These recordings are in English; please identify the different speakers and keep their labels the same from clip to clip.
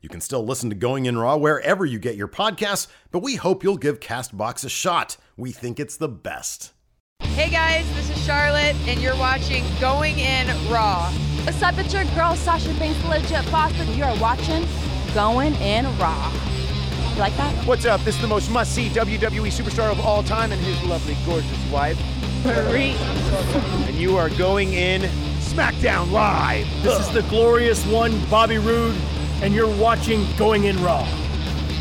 Speaker 1: You can still listen to Going In Raw wherever you get your podcasts, but we hope you'll give Castbox a shot. We think it's the best.
Speaker 2: Hey guys, this is Charlotte, and you're watching Going In Raw.
Speaker 3: What's up, it's your girl Sasha Banks, legit boss, and you're watching Going In Raw. You like that?
Speaker 4: What's up? This is the most must see WWE E superstar of all time and his lovely, gorgeous wife,
Speaker 3: Marie.
Speaker 4: and you are going in SmackDown Live.
Speaker 5: This is the glorious one, Bobby Roode, and you're watching Going In Raw.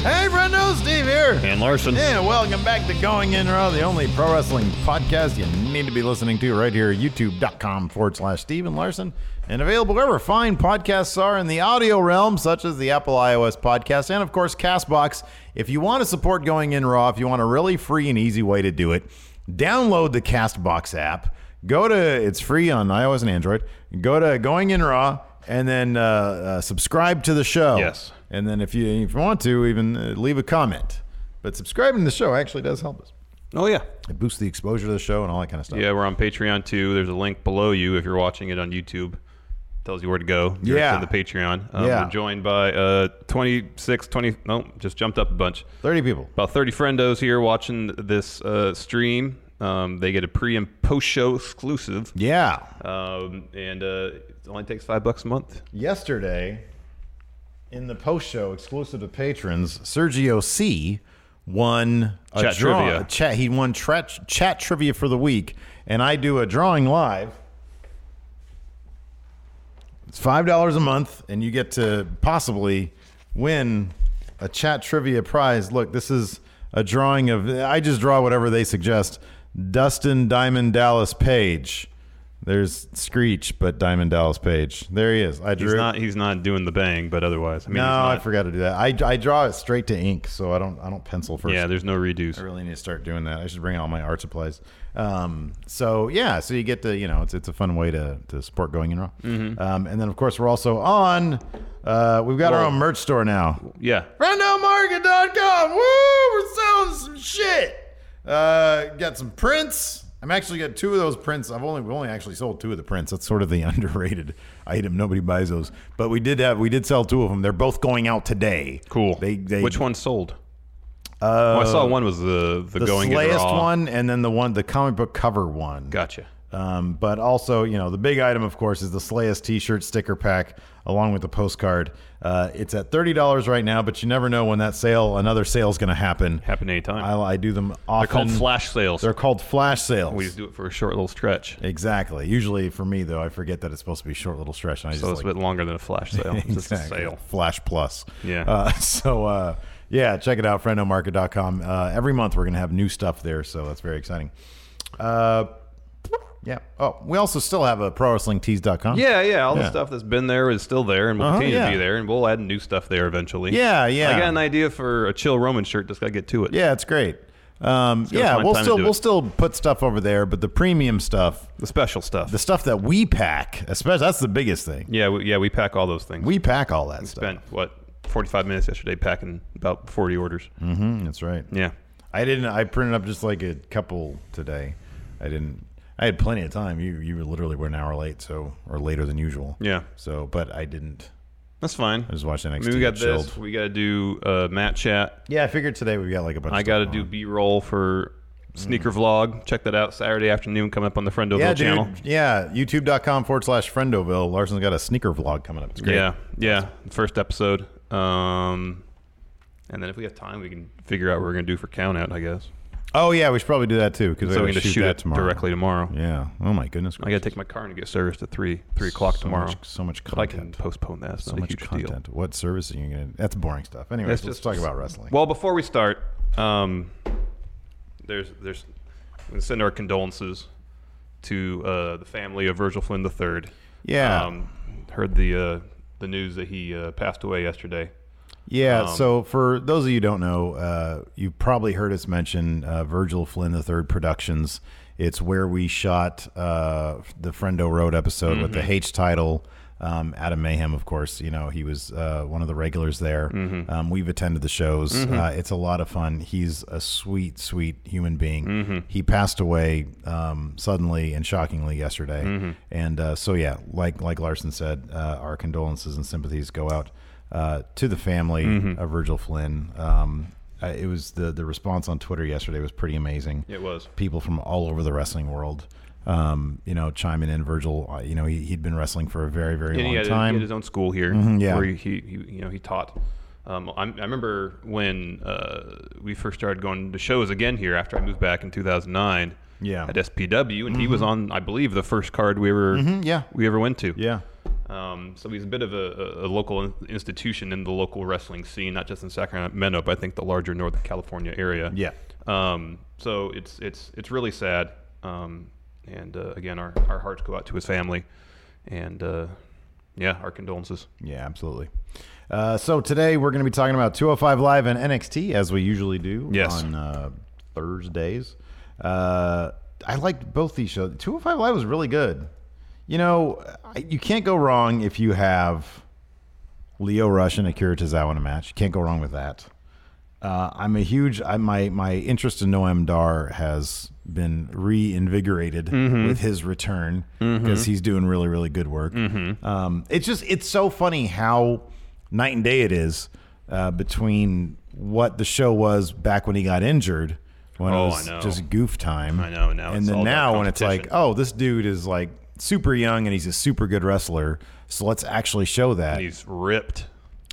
Speaker 6: Hey, friendo, Steve here.
Speaker 7: Dan Larson.
Speaker 6: Yeah, welcome back to Going In Raw, the only pro wrestling podcast you need to be listening to right here, youtube.com forward slash Steven Larson, and available wherever fine podcasts are in the audio realm, such as the Apple iOS podcast and, of course, Castbox. If you want to support Going In Raw, if you want a really free and easy way to do it, download the Castbox app. Go to, it's free on iOS and Android. Go to Going In Raw and then uh, uh, subscribe to the show.
Speaker 7: Yes.
Speaker 6: And then if you if you want to, even uh, leave a comment. But subscribing to the show actually does help us.
Speaker 7: Oh yeah,
Speaker 6: It boosts the exposure to the show and all that kind of stuff.
Speaker 7: yeah. We're on Patreon too. There's a link below you if you're watching it on YouTube. Tells you where to go. You're
Speaker 6: Yeah.
Speaker 7: to the Patreon. Um,
Speaker 6: Yeah.
Speaker 7: We're joined by uh, 26, 20. No, just jumped up a bunch.
Speaker 6: Thirty people.
Speaker 7: About 30 friendos here watching this uh, stream. Um, they get a pre and post show exclusive.
Speaker 6: Yeah.
Speaker 7: Um, and uh, it only takes five bucks a month.
Speaker 6: Yesterday, in the post show exclusive to patrons, Sergio C won a
Speaker 7: Chat
Speaker 6: draw-
Speaker 7: trivia.
Speaker 6: a Chat. He won tra- chat trivia for the week, and I do a drawing live. It's five dollars a month, and you get to possibly win a chat trivia prize. Look, this is a drawing of I just draw whatever they suggest. Dustin Diamond Dallas Page. There's Screech, but Diamond Dallas Page. There he is. I drew.
Speaker 7: He's not. He's not doing the bang, but otherwise, I mean,
Speaker 6: no,
Speaker 7: he's
Speaker 6: I
Speaker 7: not-
Speaker 6: forgot to do that. I, I draw it straight to ink, so I don't I don't pencil first.
Speaker 7: Yeah, there's no reduce.
Speaker 6: I really need to start doing that. I should bring all my art supplies. Um, so yeah, so you get to you know it's it's a fun way to to support going in raw.
Speaker 7: Mm-hmm.
Speaker 6: Um, and then of course we're also on. Uh, we've got our
Speaker 7: Well-
Speaker 6: own merch store now.
Speaker 7: Yeah.
Speaker 6: RendoMarket.com. Woo, we're selling some shit. Uh, got some prints. I'm actually got two of those prints. I've only we only actually sold two of the prints. That's sort of the underrated item. Nobody buys those, but we did have we did sell two of them. They're both going out today.
Speaker 7: Cool.
Speaker 6: They, they
Speaker 7: Which one sold? Uh, I saw one was the the,
Speaker 6: the
Speaker 7: going It
Speaker 6: slayest
Speaker 7: raw.
Speaker 6: one and then the one the comic book cover one
Speaker 7: Gotcha.
Speaker 6: um, but also you know the big item of course is the slayest t-shirt sticker pack along with the postcard uh, it's at $30 right now but you never know when that sale another sale's going to happen
Speaker 7: Happen anytime.
Speaker 6: I, I do them
Speaker 7: They're
Speaker 6: often
Speaker 7: called flash sales.
Speaker 6: they're called flash sales
Speaker 7: we just do it for a short little stretch,
Speaker 6: exactly usually for me though i forget that it's supposed to be a short little stretch and i
Speaker 7: so
Speaker 6: just
Speaker 7: it's
Speaker 6: like,
Speaker 7: a bit longer than a flash sale. It's just a
Speaker 6: Exactly.
Speaker 7: sale.
Speaker 6: Flash Plus.
Speaker 7: Yeah.
Speaker 6: Uh, so, uh, yeah, check it out, friendomarket.com. Uh, every month we're going to have new stuff there, so that's very exciting. Uh, yeah. Oh, we also still have a prowrestlingtees.com.
Speaker 7: Yeah, yeah. All
Speaker 6: Yeah.
Speaker 7: the stuff that's been there is still there, and will
Speaker 6: Uh-huh,
Speaker 7: continue
Speaker 6: yeah.
Speaker 7: to be there, and we'll add new stuff there eventually.
Speaker 6: Yeah, yeah.
Speaker 7: I got an idea for a chill Roman shirt. Just gotta get to it.
Speaker 6: Yeah, it's great. Um,
Speaker 7: gotta
Speaker 6: yeah,
Speaker 7: find
Speaker 6: we'll
Speaker 7: time to
Speaker 6: still
Speaker 7: do
Speaker 6: we'll
Speaker 7: it.
Speaker 6: still put stuff over there, but the premium stuff,
Speaker 7: The special stuff.
Speaker 6: the stuff that we pack, especially that's the biggest thing.
Speaker 7: yeah, we, yeah. We pack all those things.
Speaker 6: We pack all that stuff. Mm-hmm.
Speaker 7: spent what 45 minutes yesterday packing about 40 orders.
Speaker 6: hmm that's right.
Speaker 7: Yeah.
Speaker 6: I didn't. I printed up just like a couple today. I didn't. I had plenty of time. You you literally were an hour late, so or later than usual.
Speaker 7: Yeah.
Speaker 6: So, but I didn't.
Speaker 7: That's fine.
Speaker 6: I was watching
Speaker 7: I
Speaker 6: NXT.
Speaker 7: mean, we got
Speaker 6: and chilled.
Speaker 7: this. We got to do uh, Matt chat.
Speaker 6: Yeah, I figured today we got like a bunch.
Speaker 7: I
Speaker 6: of
Speaker 7: got to
Speaker 6: stuff
Speaker 7: do
Speaker 6: on.
Speaker 7: B roll for sneaker vlog. Check that out Saturday afternoon. Coming up on the Friendoville
Speaker 6: Mm. Yeah, dude.
Speaker 7: channel.
Speaker 6: Yeah, YouTube.com forward slash Friendoville. Larson's got a sneaker vlog coming up. It's great.
Speaker 7: Yeah, yeah. First episode. Um, and then if we have time, we can figure out what we're gonna do for count out. I guess.
Speaker 6: Oh yeah, we should probably do that too because
Speaker 7: so
Speaker 6: I gotta
Speaker 7: we can just
Speaker 6: shoot,
Speaker 7: shoot
Speaker 6: that
Speaker 7: it
Speaker 6: tomorrow.
Speaker 7: directly tomorrow.
Speaker 6: Yeah. Oh my goodness.
Speaker 7: I gotta take my car and get serviced at three three o'clock
Speaker 6: so
Speaker 7: tomorrow.
Speaker 6: Much, so much
Speaker 7: But I can
Speaker 6: content.
Speaker 7: postpone that. It's
Speaker 6: so
Speaker 7: not a
Speaker 6: much
Speaker 7: huge deal.
Speaker 6: content. What service are you gonna? That's boring stuff. Anyways,
Speaker 7: Let's
Speaker 6: let's
Speaker 7: just-
Speaker 6: talk about wrestling.
Speaker 7: Well, before we start, um, there's there's I'm gonna send our condolences to uh, the family of Virgil Flynn III.
Speaker 6: Yeah.
Speaker 7: Um, heard the uh, the news that he uh, passed away yesterday.
Speaker 6: Yeah. so for those of you who don't know, uh, you probably heard us mention uh, Virgil Flynn III Productions. It's where we shot uh, the Friendo Road episode with the H title. Um, Adam Mayhem, of course, you know he was uh, one of the regulars there. Um, we've attended the shows. Uh, it's a lot of fun. He's a sweet, sweet human being. He passed away um, suddenly and shockingly yesterday, and uh, so yeah, like like Larson said, uh, our condolences and sympathies go out uh, to the family
Speaker 7: Mm-hmm.
Speaker 6: of Virgil Flynn. Um, uh, it was the the response on Twitter yesterday was pretty amazing.
Speaker 7: It was.
Speaker 6: people from all over the wrestling world, um, you know, chiming in. Virgil, uh, you know, he, he'd been wrestling for a very very
Speaker 7: And
Speaker 6: long
Speaker 7: he had, he
Speaker 6: time.
Speaker 7: had his own school here,
Speaker 6: yeah.
Speaker 7: where he, he, he- you know he taught. Um, I'm, I remember when uh, we first started going to shows again here after I moved back in 2009.
Speaker 6: Yeah.
Speaker 7: at SPW, and he was on, I believe, the first card we ever
Speaker 6: yeah.
Speaker 7: we ever went to.
Speaker 6: yeah,
Speaker 7: Um, so he's a bit of a, a a local in- institution in the local wrestling scene, not just in Sacramento, but I think the larger Northern California area.
Speaker 6: Yeah.
Speaker 7: Um, so it's it's it's really sad. Um, and uh, again, our, our hearts go out to his family, and uh, yeah, our condolences.
Speaker 6: yeah, absolutely. Uh, so today we're going to be talking about 205 Live and NXT as we usually do
Speaker 7: Yes.
Speaker 6: on uh, Thursdays. Uh, I liked both these shows. 205 Live was really good. You know, I- you can't go wrong if you have Leo Rush and Akira Tozawa in a match. You can't go wrong with that. Uh, I'm a huge I, my my interest in Noam Dar has been reinvigorated
Speaker 7: Mm-hmm.
Speaker 6: with his return because he's doing really really good work.
Speaker 7: Mm-hmm.
Speaker 6: Um, it's just it's so funny how night and day it is uh, between what the show was back when he got injured when
Speaker 7: Oh,
Speaker 6: it
Speaker 7: I
Speaker 6: was
Speaker 7: know.
Speaker 6: just goof time.
Speaker 7: I know, now
Speaker 6: and
Speaker 7: it's
Speaker 6: then
Speaker 7: all about
Speaker 6: now when it's like
Speaker 7: competition.
Speaker 6: oh this dude is like super young and he's a super good wrestler so let's actually show that.
Speaker 7: He's ripped.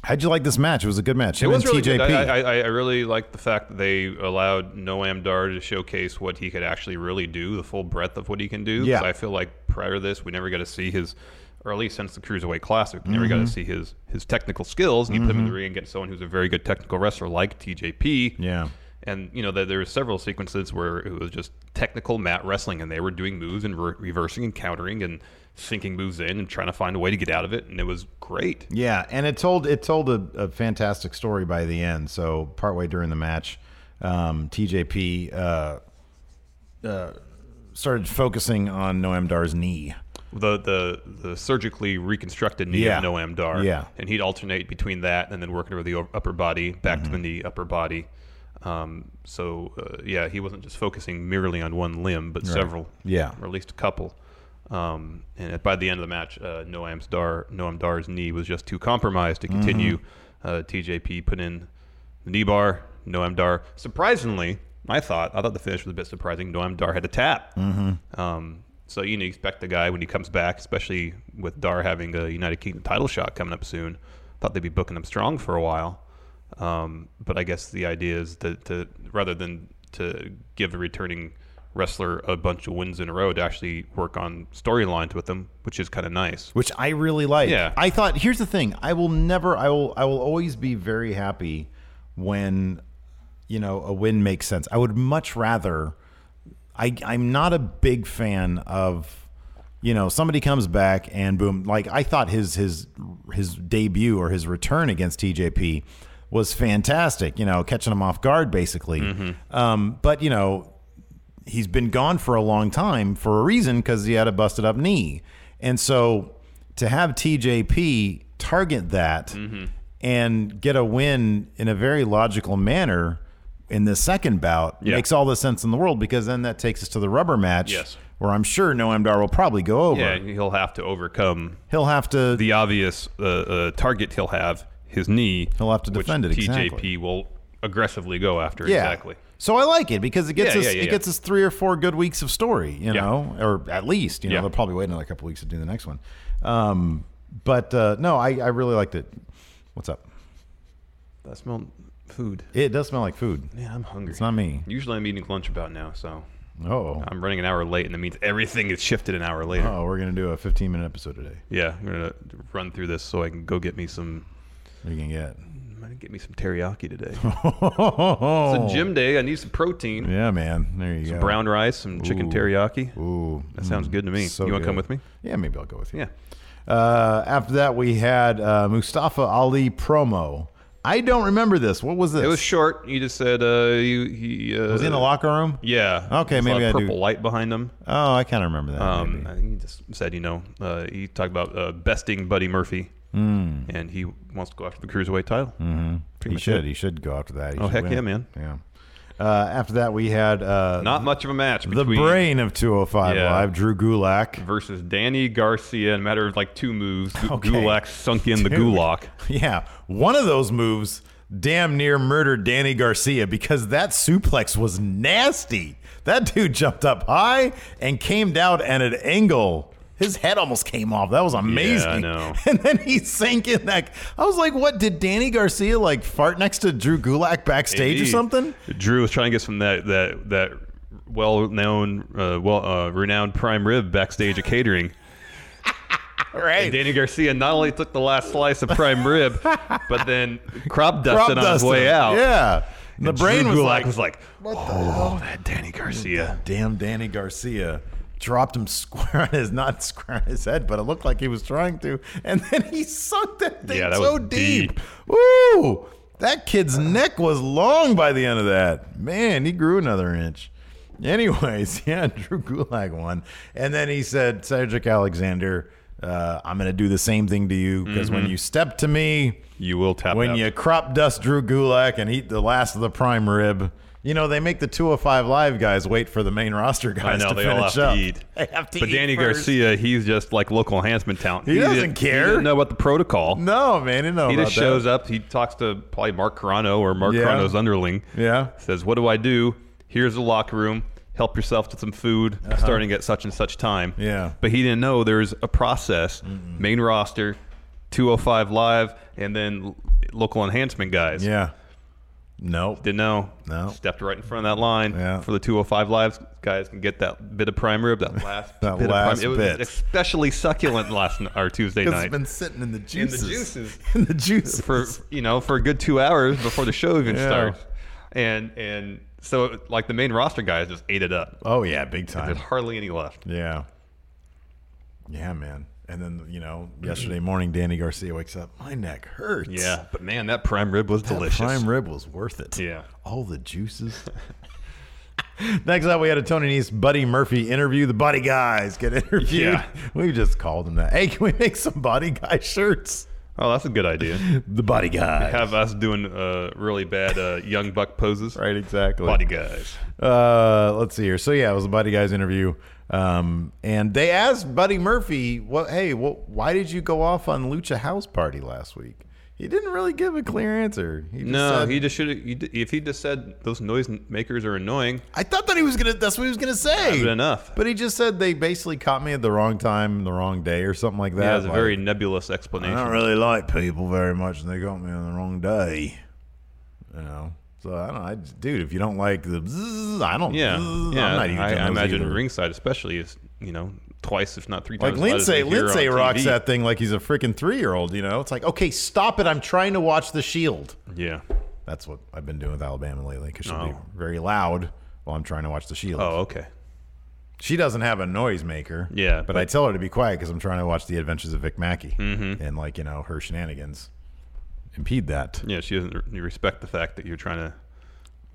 Speaker 6: How'd you like this match? It was a good match. Him
Speaker 7: it was
Speaker 6: and
Speaker 7: really
Speaker 6: TJP.
Speaker 7: good. I, I, I really like the fact that they allowed Noam Dar to showcase what he could actually really do, the full breadth of what he can do. 'Cause
Speaker 6: Yeah.
Speaker 7: I feel like prior to this, we never got to see his, or at least since the Cruiserweight Classic, we never got to
Speaker 6: Mm-hmm.
Speaker 7: see his his technical skills. And you put him in the ring against someone who's a very good technical wrestler like TJP.
Speaker 6: Yeah.
Speaker 7: And you know that there were several sequences where it was just technical mat wrestling, and they were doing moves and re- reversing and countering and sinking moves in and trying to find a way to get out of it, and it was great.
Speaker 6: Yeah, and it told it told a, a fantastic story by the end. So partway during the match, um, TJP uh, uh, started focusing on Noam Dar's knee.
Speaker 7: the the the surgically reconstructed knee
Speaker 6: Yeah.
Speaker 7: of Noam Dar.
Speaker 6: Yeah.
Speaker 7: and he'd alternate between that and then working over the o- upper body, back
Speaker 6: Mm-hmm.
Speaker 7: to the knee, upper body. Um, so uh, yeah, he wasn't just focusing merely on one limb, but several.
Speaker 6: Yeah.
Speaker 7: or at least a couple. Um, and at- by the end of the match, uh, Noam Dar Noam Dar's knee was just too compromised to continue. Uh, TJP put in the knee bar. Noam Dar, surprisingly, I thought I thought the finish was a bit surprising. Noam Dar had a tap. Um, so you know, you expect the guy when he comes back, especially with Dar having a United Kingdom title shot coming up soon. Thought they'd be booking him strong for a while, um, but I guess the idea is to, to rather than to give a returning wrestler a bunch of wins in a row, to actually work on storylines with them, which is kind of nice.
Speaker 6: which I really like.
Speaker 7: Yeah.
Speaker 6: I thought here's the thing. I will never I will I will always be very happy when you know a win makes sense. I would much rather I I'm not a big fan of you know somebody comes back and boom like I thought his his his debut or his return against TJP was fantastic, you know, catching him off guard basically. Um but you know he's been gone for a long time for a reason because he had a busted up knee. And so to have TJP
Speaker 7: Mm-hmm.
Speaker 6: target that and get a win in a very logical manner in the second bout
Speaker 7: Yeah.
Speaker 6: makes all the sense in the world because then that takes us to the rubber match,
Speaker 7: Yes.
Speaker 6: where I'm sure Noam Dar will probably go over.
Speaker 7: Yeah, he'll have to overcome
Speaker 6: He'll have to.
Speaker 7: the obvious uh, uh, target he'll have his knee.
Speaker 6: He'll have to
Speaker 7: which
Speaker 6: defend it,
Speaker 7: TJP
Speaker 6: exactly.
Speaker 7: will aggressively go after.
Speaker 6: yeah.
Speaker 7: Exactly.
Speaker 6: So I like it because it gets
Speaker 7: Yeah,
Speaker 6: us
Speaker 7: yeah, yeah,
Speaker 6: it
Speaker 7: yeah.
Speaker 6: gets us three or four good weeks of story, you
Speaker 7: Yeah.
Speaker 6: know, or at least you know
Speaker 7: Yeah.
Speaker 6: they'll probably wait another couple weeks to do the next one. Um, but uh, no, I, I really liked it. What's up?
Speaker 7: That smelled food.
Speaker 6: It does smell like food.
Speaker 7: Man, I'm hungry.
Speaker 6: It's not me.
Speaker 7: Usually I'm eating lunch about now, so
Speaker 6: Oh,
Speaker 7: I'm running an hour late, and that means everything is shifted an hour later.
Speaker 6: oh, we're gonna do a 15 minute episode today.
Speaker 7: Yeah, I'm gonna run through this so I can go get me some.
Speaker 6: What are you gonna get?
Speaker 7: I'm gonna get me some teriyaki today.
Speaker 6: Oh,
Speaker 7: It's a gym day. I need some protein.
Speaker 6: Yeah, man. There you go.
Speaker 7: Brown rice, some chicken
Speaker 6: Ooh.
Speaker 7: teriyaki.
Speaker 6: Ooh, Mm.
Speaker 7: That sounds good to me.
Speaker 6: so
Speaker 7: you want to come
Speaker 6: good.
Speaker 7: with me?
Speaker 6: Yeah, maybe I'll go with you.
Speaker 7: Yeah.
Speaker 6: Uh, after that, we had uh, Mustafa Ali promo. I don't remember this. What was this?
Speaker 7: It was short. You just said uh, you he uh,
Speaker 6: Was he in the locker room?
Speaker 7: Yeah.
Speaker 6: Okay,
Speaker 7: There's a lot
Speaker 6: maybe
Speaker 7: of
Speaker 6: I do.
Speaker 7: purple light behind him.
Speaker 6: Oh, I kind of remember that.
Speaker 7: Um,
Speaker 6: maybe.
Speaker 7: I think he just said, you know, uh, he talked about uh, besting Buddy Murphy, and he wants to go after the cruiserweight title. Mm-hmm.
Speaker 6: Mm. He should. He should go after that. He
Speaker 7: Oh,
Speaker 6: should
Speaker 7: heck
Speaker 6: win
Speaker 7: yeah,
Speaker 6: it.
Speaker 7: man.
Speaker 6: Yeah. Uh, after that, we had uh,
Speaker 7: Not much of a match
Speaker 6: the
Speaker 7: between
Speaker 6: brain of 205
Speaker 7: Yeah.
Speaker 6: Live, Drew Gulak.
Speaker 7: versus Danny Garcia in a matter of like two moves. Gu-
Speaker 6: Okay.
Speaker 7: Gulak sunk in the
Speaker 6: Dude.
Speaker 7: Gulak.
Speaker 6: Yeah, one of those moves damn near murdered Danny Garcia because that suplex was nasty. That dude jumped up high and came down at an angle. His head almost came off. That was amazing.
Speaker 7: know.
Speaker 6: And then he sank in that. I was like, what? Did Danny Garcia like fart next to Drew Gulak backstage or
Speaker 7: Indeed.
Speaker 6: something?
Speaker 7: Drew was trying to get some that that that well-known, uh, well uh, renowned prime rib backstage at catering.
Speaker 6: Right.
Speaker 7: And Danny Garcia not only took the last slice of prime rib, but then crop dusted
Speaker 6: Prop
Speaker 7: on his
Speaker 6: dusted.
Speaker 7: way out.
Speaker 6: Yeah. the
Speaker 7: And
Speaker 6: brain
Speaker 7: Drew
Speaker 6: was
Speaker 7: Gulak
Speaker 6: like,
Speaker 7: was like,
Speaker 6: what the
Speaker 7: oh, that Danny Garcia.
Speaker 6: Damn, Danny Garcia dropped him square on his not square on his head, but it looked like he was trying to, and then he sunk that thing
Speaker 7: Yeah, that
Speaker 6: so
Speaker 7: was
Speaker 6: deep.
Speaker 7: deep.
Speaker 6: Ooh, that kid's neck was long by the end of that. Man, he grew another inch. Anyways, yeah, Drew Gulak won, and then he said, Cedric Alexander. Uh, I'm gonna do the same thing to you because
Speaker 7: Mm-hmm.
Speaker 6: when you step to me,
Speaker 7: You will tap
Speaker 6: when
Speaker 7: out.
Speaker 6: you crop dust Drew Gulak and eat the last of the prime rib. You know, they make the 205 Live guys wait for the main roster
Speaker 7: I
Speaker 6: guys
Speaker 7: know
Speaker 6: to
Speaker 7: they all
Speaker 6: finish
Speaker 7: have
Speaker 6: up.
Speaker 7: to eat.
Speaker 6: They have to
Speaker 7: but
Speaker 6: eat
Speaker 7: Danny
Speaker 6: first.
Speaker 7: Garcia, he's just like local enhancement talent.
Speaker 6: He doesn't
Speaker 7: didn't-
Speaker 6: care.
Speaker 7: He didn't know about the protocol.
Speaker 6: No, man, you know
Speaker 7: he
Speaker 6: about
Speaker 7: just shows
Speaker 6: that.
Speaker 7: up. He talks to probably Mark Carano or Mark
Speaker 6: Yeah.
Speaker 7: Carano's underling.
Speaker 6: Yeah.
Speaker 7: Says, "What do I do? Here's the locker room. Help yourself to some food starting at such and such time."
Speaker 6: Uh-huh. Yeah.
Speaker 7: But he didn't know there's a process. Main roster, 205 live, and then l- local enhancement guys.
Speaker 6: Yeah. Nope.
Speaker 7: Didn't know.
Speaker 6: No.
Speaker 7: Stepped right in front of that line
Speaker 6: Yeah.
Speaker 7: for the 205 lives. Guys can get that bit of prime rib, that last
Speaker 6: That
Speaker 7: bit
Speaker 6: last
Speaker 7: of prime. It
Speaker 6: bit.
Speaker 7: was especially succulent last n- or Tuesday
Speaker 6: Because
Speaker 7: night.
Speaker 6: it's been sitting in the juices.
Speaker 7: juices.
Speaker 6: in the juices.
Speaker 7: for you know for a good two hours before the show even
Speaker 6: Yeah.
Speaker 7: starts, and and so like the main roster guys just ate it up.
Speaker 6: oh, yeah, big time.
Speaker 7: There's hardly any left.
Speaker 6: Yeah. Yeah, man. And then, you know, yesterday morning, Danny Garcia wakes up. My neck hurts.
Speaker 7: Yeah, but man, that prime rib was
Speaker 6: That
Speaker 7: delicious.
Speaker 6: prime rib was worth it.
Speaker 7: Yeah.
Speaker 6: All the juices. Next up, we had a Tony Nese Buddy Murphy interview. The Buddy Guys get interviewed.
Speaker 7: Yeah.
Speaker 6: We just called them that. Hey, can we make some Buddy Guy shirts?
Speaker 7: Oh, that's a good idea.
Speaker 6: The Buddy Guys.
Speaker 7: Have us doing uh, really bad uh, young buck poses.
Speaker 6: right, exactly.
Speaker 7: Body guys.
Speaker 6: Uh, let's see here. So yeah, it was a Buddy Guys interview, um, and they asked Buddy Murphy, "What? Hey, what, why did you go off on Lucha House Party last week?" He didn't really give a clear answer. He just uh,
Speaker 7: No,
Speaker 6: said-
Speaker 7: he just should. have If he just said those noise makers are annoying,
Speaker 6: I thought that he was gonna. That's what he was gonna
Speaker 7: that's
Speaker 6: say.
Speaker 7: enough.
Speaker 6: But he just said they basically caught me at the wrong time, the wrong day, or something like that.
Speaker 7: yeah, it's a
Speaker 6: Like,
Speaker 7: very nebulous
Speaker 6: I
Speaker 7: explanation.
Speaker 6: don't really like people very much, and they got me on the wrong day. You know, so I don't. I, dude, if you don't like the, zzz, I don't.
Speaker 7: Yeah,
Speaker 6: zzz,
Speaker 7: yeah.
Speaker 6: I'm not eating
Speaker 7: I,
Speaker 6: those
Speaker 7: I imagine
Speaker 6: either.
Speaker 7: ringside, especially, is you know twice if not three
Speaker 6: Like
Speaker 7: times. as loud as
Speaker 6: Lindsay,
Speaker 7: they hear
Speaker 6: Lindsay
Speaker 7: on
Speaker 6: rocks
Speaker 7: TV.
Speaker 6: that thing like he's a freaking three-year-old. You know, it's like, okay, stop it! I'm trying to watch The Shield.
Speaker 7: Yeah.
Speaker 6: That's what I've been doing with Alabama lately because she'll be
Speaker 7: Oh.
Speaker 6: very loud while I'm trying to watch The Shield.
Speaker 7: Oh, okay.
Speaker 6: She doesn't have a noisemaker.
Speaker 7: Yeah,
Speaker 6: But
Speaker 7: but- Mm-hmm.
Speaker 6: I tell her to be quiet because I'm trying to watch The Adventures of Vic Mackey. And, like, you know, her shenanigans impede that
Speaker 7: Yeah, she doesn't re- respect the fact that you're trying to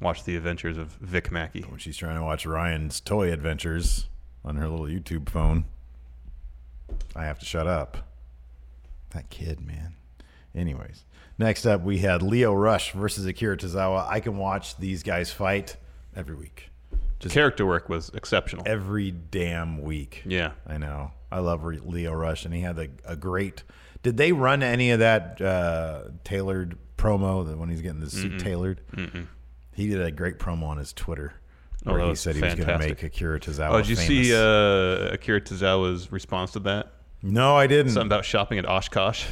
Speaker 7: watch the adventures of Vic Mackey.
Speaker 6: when she's trying to watch Ryan's toy adventures on her little YouTube phone. I have to shut up. That kid, man. Anyways, next up we had Leo Rush versus Akira Tozawa. I can watch these guys fight every week, just
Speaker 7: Character work was exceptional.
Speaker 6: every damn week.
Speaker 7: Yeah.
Speaker 6: I know. I love Re- Leo Rush, and he had a, a great. Did they run any of that uh, tailored promo that when he's getting the suit tailored? He did a great promo on his Twitter
Speaker 7: Oh,
Speaker 6: where
Speaker 7: that
Speaker 6: he
Speaker 7: was
Speaker 6: said he was going to make
Speaker 7: fantastic.
Speaker 6: Akira Tozawa.
Speaker 7: Oh, did you see
Speaker 6: famous.
Speaker 7: uh, Akira Tozawa's response to that?
Speaker 6: no, I didn't.
Speaker 7: Something about shopping at Oshkosh.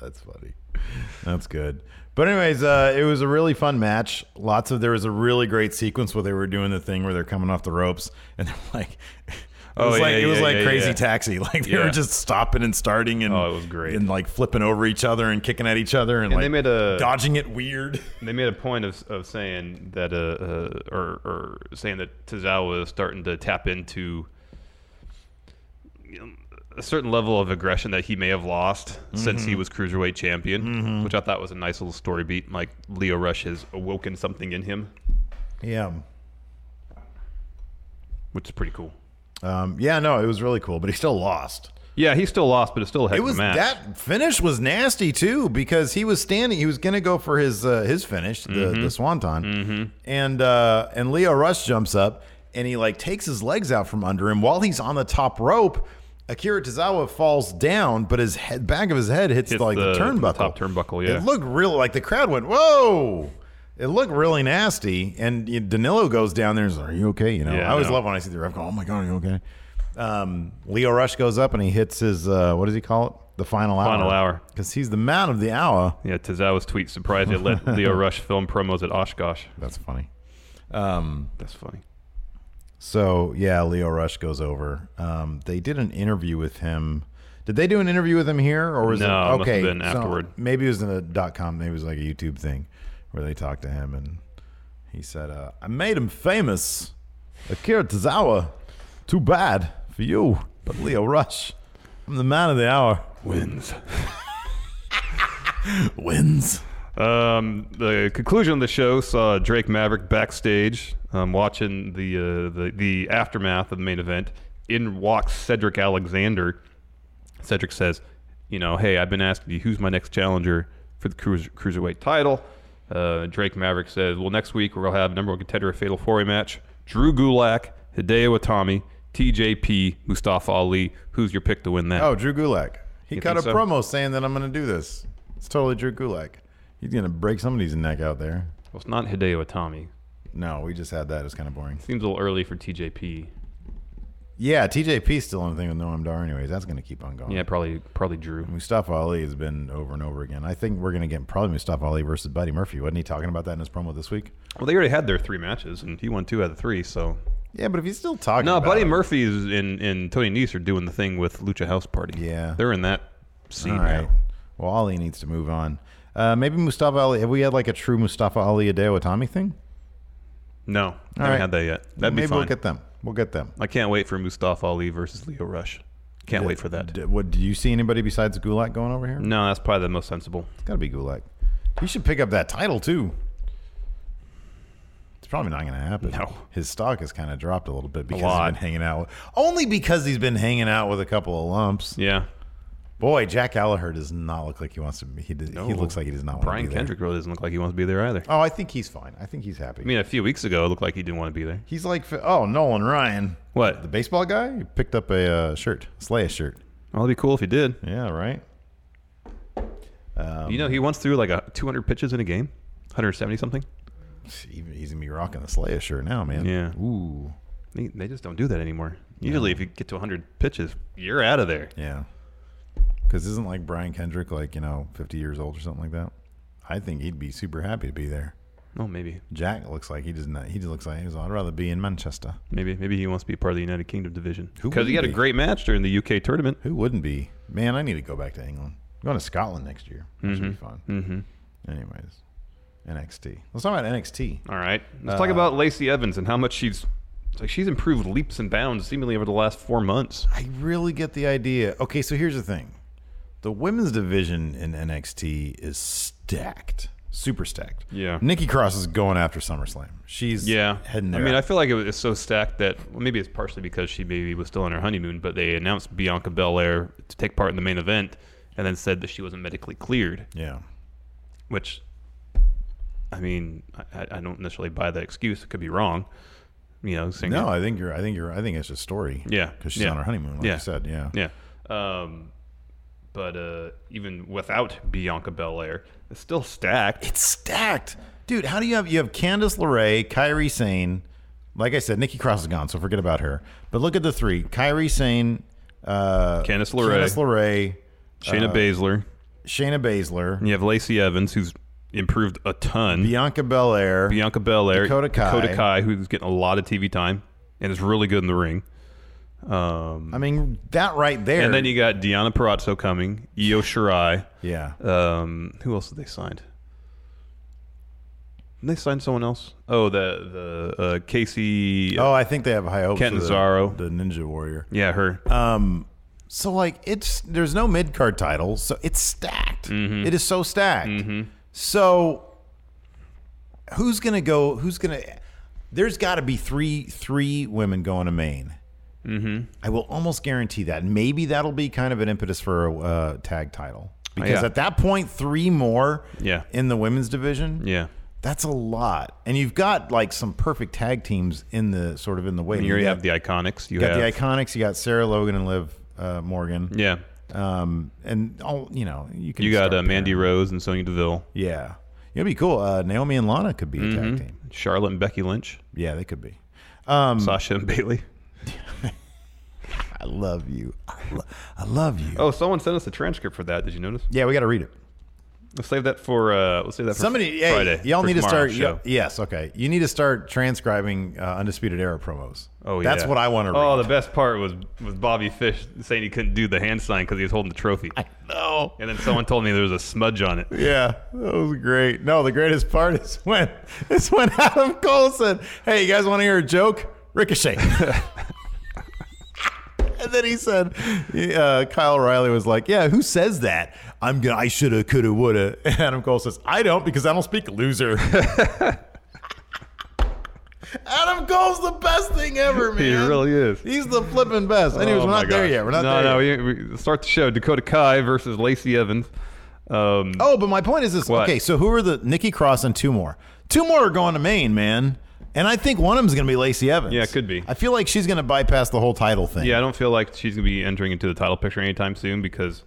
Speaker 6: That's funny. That's good. But anyways, uh, it was a really fun match. Lots of there was a really great sequence where they were doing the thing where they're coming off the ropes and they're like, it
Speaker 7: Oh,
Speaker 6: was
Speaker 7: yeah,
Speaker 6: like it was
Speaker 7: yeah,
Speaker 6: like
Speaker 7: yeah,
Speaker 6: crazy
Speaker 7: yeah.
Speaker 6: taxi. Like they
Speaker 7: Yeah.
Speaker 6: were just stopping and starting and
Speaker 7: Oh, it was great.
Speaker 6: and like flipping over each other and kicking at each other and,
Speaker 7: And
Speaker 6: like
Speaker 7: they made a-
Speaker 6: dodging it weird.
Speaker 7: They made a point of, of saying that, uh, uh, or, or saying that Tozawa is starting to tap into you know, a certain level of aggression that he may have lost since
Speaker 6: Mm-hmm.
Speaker 7: he was cruiserweight champion, which I thought was a nice little story beat. Like Leo Rush has awoken something in him,
Speaker 6: yeah.
Speaker 7: which is pretty cool.
Speaker 6: Um, yeah, no, it was really cool, but he still lost.
Speaker 7: Yeah, he still lost, but it's still a heck
Speaker 6: It
Speaker 7: of
Speaker 6: was
Speaker 7: a match.
Speaker 6: that finish was nasty too because he was standing. He was gonna go for his uh, his finish, the
Speaker 7: Mm-hmm.
Speaker 6: the swanton, and uh, and Leo Rush jumps up and he like takes his legs out from under him while he's on the top rope. Akira Tozawa falls down, but his head, back of his head hits,
Speaker 7: Hits
Speaker 6: like the,
Speaker 7: the- the
Speaker 6: turnbuckle.
Speaker 7: top turnbuckle, yeah.
Speaker 6: it looked real. Like the crowd went whoa. It looked really nasty, and you know, Danilo goes down there and says, "Are you okay?" You know,
Speaker 7: Yeah,
Speaker 6: I always
Speaker 7: no.
Speaker 6: love when I see the ref go, "Oh my god, are you okay?" um, Leo Rush goes up and he hits his uh, what does he call it? The final hour.
Speaker 7: Final hour.
Speaker 6: Because he's the man of the hour.
Speaker 7: Yeah, Tozawa's tweet surprised it let Leo Rush film promos at Oshkosh.
Speaker 6: That's funny. Um,
Speaker 7: That's funny.
Speaker 6: so yeah, Leo Rush goes over. Um, they did an interview with him. Did they do an interview with him here, or was
Speaker 7: No, it
Speaker 6: it
Speaker 7: must have
Speaker 6: okay?
Speaker 7: been afterward.
Speaker 6: Maybe it was in a dot com. Maybe it was like a YouTube thing where they talked to him and he said, uh, "I made him famous, Akira Tozawa. Too bad for you, but Leo Rush, I'm the man of the hour."
Speaker 7: Wins.
Speaker 6: wins.
Speaker 7: Um, the conclusion of the show saw Drake Maverick backstage um, watching the, uh, the the aftermath of the main event. In walks Cedric Alexander. Cedric says, "You know, hey, I've been asking you who's my next challenger for the cruiser, cruiserweight title." Uh, Drake Maverick says, "Well, next week we're gonna have number one contender a fatal four way match: Drew Gulak, Hideo Itami, TJP, Mustafa Ali. Who's your pick to win that?"
Speaker 6: Oh, Drew Gulak. He
Speaker 7: You
Speaker 6: cut a
Speaker 7: think so?
Speaker 6: promo saying that I'm going to do this. It's totally Drew Gulak. He's going to break somebody's neck out there.
Speaker 7: well, it's not Hideo Itami.
Speaker 6: No, we just had that. It's kind of boring.
Speaker 7: Seems a little early for TJP.
Speaker 6: Yeah, TJP's still on the thing with Noam Dar, anyways. That's going to keep on going.
Speaker 7: Yeah, probably probably Drew.
Speaker 6: Mustafa Ali has been over and over again. I think we're going to get probably Mustafa Ali versus Buddy Murphy. Wasn't he talking about that in his promo this week?
Speaker 7: Well, they already had their three matches, and he won two out of three. So
Speaker 6: Yeah, but if he's still talking
Speaker 7: no,
Speaker 6: about
Speaker 7: Buddy
Speaker 6: it-
Speaker 7: Murphy's and and Tony Nese are doing the thing with Lucha House Party.
Speaker 6: Yeah.
Speaker 7: they're in that scene
Speaker 6: All right.
Speaker 7: now.
Speaker 6: Well, Ali needs to move on. Uh, maybe Mustafa Ali. Have we had like a true Mustafa Ali Adeo Tommy thing?
Speaker 7: No,
Speaker 6: All
Speaker 7: haven't
Speaker 6: right.
Speaker 7: had that yet. That'd
Speaker 6: maybe
Speaker 7: be fine.
Speaker 6: we'll get them. We'll get them.
Speaker 7: I can't wait for Mustafa Ali versus Leo Rush. Can't wait for that.
Speaker 6: D- what, do you see anybody besides Gulak going over here?
Speaker 7: No, that's probably the most sensible.
Speaker 6: It's got to be Gulak. He should pick up that title too. It's probably not going to happen.
Speaker 7: No.
Speaker 6: his stock has kind of dropped a little bit because he's
Speaker 7: lot.
Speaker 6: been hanging out. With, only because he's been hanging out with a couple of lumps.
Speaker 7: Yeah,
Speaker 6: Boy, Jack Gallagher does not look like he wants to. be- He does, he
Speaker 7: No.
Speaker 6: looks like he does not want to
Speaker 7: Brian
Speaker 6: be
Speaker 7: Kendrick really doesn't look like he wants to be there either.
Speaker 6: There. Oh, I think he's fine. I think he's happy.
Speaker 7: I mean, a few weeks ago, it looked like he didn't want to be there.
Speaker 6: he's like oh Nolan Ryan,
Speaker 7: What?
Speaker 6: the baseball guy. He picked up a uh, shirt, Slay a shirt.
Speaker 7: Well, it'd be cool if he did.
Speaker 6: Yeah, right. Oh,
Speaker 7: you know, he once threw like a 200 pitches in a game, 170 something.
Speaker 6: He- He's gonna be rocking the Slay a shirt now, man.
Speaker 7: Yeah.
Speaker 6: Ooh.
Speaker 7: They, they just don't do that anymore. Usually, if you get to 100 pitches, you're out of there.
Speaker 6: Yeah. Because isn't like Brian Kendrick like, you know, 50 years old or something like that? I think he'd be super happy to be there.
Speaker 7: Oh, maybe,
Speaker 6: Jack looks like he does not. He just looks like he's. I'd rather be in Manchester.
Speaker 7: maybe, maybe he wants to be part of the United Kingdom division
Speaker 6: Who
Speaker 7: because he had
Speaker 6: wouldn't
Speaker 7: a
Speaker 6: be?
Speaker 7: great match during the UK tournament.
Speaker 6: Who wouldn't be? Man, I need to go back to England. I'm going to Scotland next year. That should be fun. Mm-hmm. Anyways, NXT. Let's talk about NXT.
Speaker 7: All right, let's talk about Lacey Evans and how much she's it's like she's improved leaps and bounds seemingly over the last four months.
Speaker 6: I really get the idea. Okay, so here's the thing. The women's division in NXT is stacked, super stacked.
Speaker 7: Yeah.
Speaker 6: Nikki Cross is going after SummerSlam. She's
Speaker 7: Yeah,
Speaker 6: heading there.
Speaker 7: I mean, I feel like it was it's so stacked that well, maybe it's partially because she maybe was still on her honeymoon, but they announced Bianca Belair to take part in the main event, and then said that she wasn't medically cleared,
Speaker 6: Yeah.
Speaker 7: which, I mean, I, I- I don't necessarily buy that excuse. It could be wrong. You know, saying
Speaker 6: No, I think you're. I think you're. I think it's a story.
Speaker 7: Yeah,
Speaker 6: Because she's
Speaker 7: yeah.
Speaker 6: on her honeymoon, like
Speaker 7: yeah.
Speaker 6: you said. Yeah.
Speaker 7: yeah. Um, but uh, even without Bianca Belair, it's still stacked.
Speaker 6: It's stacked, dude. How do you have you have Candice LeRae, Kyrie Sane, like I said, Nikki Cross is gone, so forget about her. But look at the three: Kyrie Sane, uh,
Speaker 7: Candice LeRae.
Speaker 6: Candice LeRae,
Speaker 7: Shayna
Speaker 6: uh,
Speaker 7: Baszler.
Speaker 6: Shayna Baszler,
Speaker 7: And you have Lacey Evans, who's improved a ton.
Speaker 6: Bianca Belair,
Speaker 7: Bianca Belair,
Speaker 6: Dakota Kai.
Speaker 7: who's getting a lot of TV time and is really good in the ring. Um,
Speaker 6: I mean, that right there.
Speaker 7: and then you got Deanna Parazzo coming, Io Shirai.
Speaker 6: yeah,
Speaker 7: Um, who else did they signed? Didn't they signed someone else? Oh, the the uh, Casey.
Speaker 6: oh, I think they have high hopes.
Speaker 7: Kenton
Speaker 6: for the,
Speaker 7: Zaro.
Speaker 6: the Ninja Warrior.
Speaker 7: yeah, her.
Speaker 6: So like, it's there's no mid card title, so it's stacked.
Speaker 7: Mm-hmm.
Speaker 6: It is so stacked. So who's gonna go? Who's gonna? There's got to be three three women going to Maine.
Speaker 7: Mm-hmm.
Speaker 6: I will almost guarantee that. Maybe that'll be kind of an impetus for a uh, tag title because
Speaker 7: Oh, yeah.
Speaker 6: at that point, three more
Speaker 7: Yeah.
Speaker 6: in the women's division.
Speaker 7: yeah,
Speaker 6: That's a lot, and you've got like some perfect tag teams in the sort of in the way.
Speaker 7: and you already have the Iconics. You
Speaker 6: You got
Speaker 7: have
Speaker 6: the Iconics. You got Sarah Logan and Liv uh, Morgan.
Speaker 7: Yeah,
Speaker 6: Um, and all you know, you can.
Speaker 7: you got
Speaker 6: start
Speaker 7: uh, Mandy
Speaker 6: there.
Speaker 7: Rose and Sonya Deville,
Speaker 6: Yeah, it'd be cool. Uh, Naomi and Lana could be a
Speaker 7: Mm-hmm.
Speaker 6: tag team.
Speaker 7: Charlotte and Becky Lynch,
Speaker 6: Yeah, they could be.
Speaker 7: Sasha and Bailey.
Speaker 6: I love you. I, lo- I love you.
Speaker 7: Oh, someone sent us a transcript for that. Did you notice?
Speaker 6: Yeah, we got to read it.
Speaker 7: Let's save that for uh, let's save that for
Speaker 6: Somebody, yeah,
Speaker 7: Friday.
Speaker 6: y'all
Speaker 7: for
Speaker 6: need to start.
Speaker 7: tomorrow's
Speaker 6: y-
Speaker 7: Show.
Speaker 6: yes, okay. You need to start transcribing uh, undisputed era promos.
Speaker 7: Oh yeah,
Speaker 6: that's what I want to.
Speaker 7: Oh,
Speaker 6: read.
Speaker 7: the best part was was Bobby Fish saying he couldn't do the hand sign because he was holding the trophy. I know. And then someone told me there was a smudge on it.
Speaker 6: Yeah, that was great. No, the greatest part is when is when Adam Cole said, "Hey, you guys want to hear a joke? Ricochet." and then he said, uh, "Kyle Riley was like, yeah, who says that? I'm gonna, I shoulda, coulda, woulda." And Adam Cole says, "I don't because I don't speak loser." Adam Cole's the best thing ever, man.
Speaker 7: He really is.
Speaker 6: He's the flipping best. Anyways,
Speaker 7: Oh,
Speaker 6: we're
Speaker 7: my
Speaker 6: not there
Speaker 7: gosh.
Speaker 6: yet. We're not
Speaker 7: no,
Speaker 6: there. yet.
Speaker 7: no. We, we start the show. Dakota Kai versus Lacey Evans. Um,
Speaker 6: Oh, but my point is this.
Speaker 7: What?
Speaker 6: Okay, so who are the Nikki Cross and two more? Two more are going to Maine, man. And I think one of them's going to be Lacey Evans.
Speaker 7: Yeah, it could be.
Speaker 6: I feel like she's going to bypass the whole title thing.
Speaker 7: Yeah, I don't feel like she's gonna be entering into the title picture anytime soon because,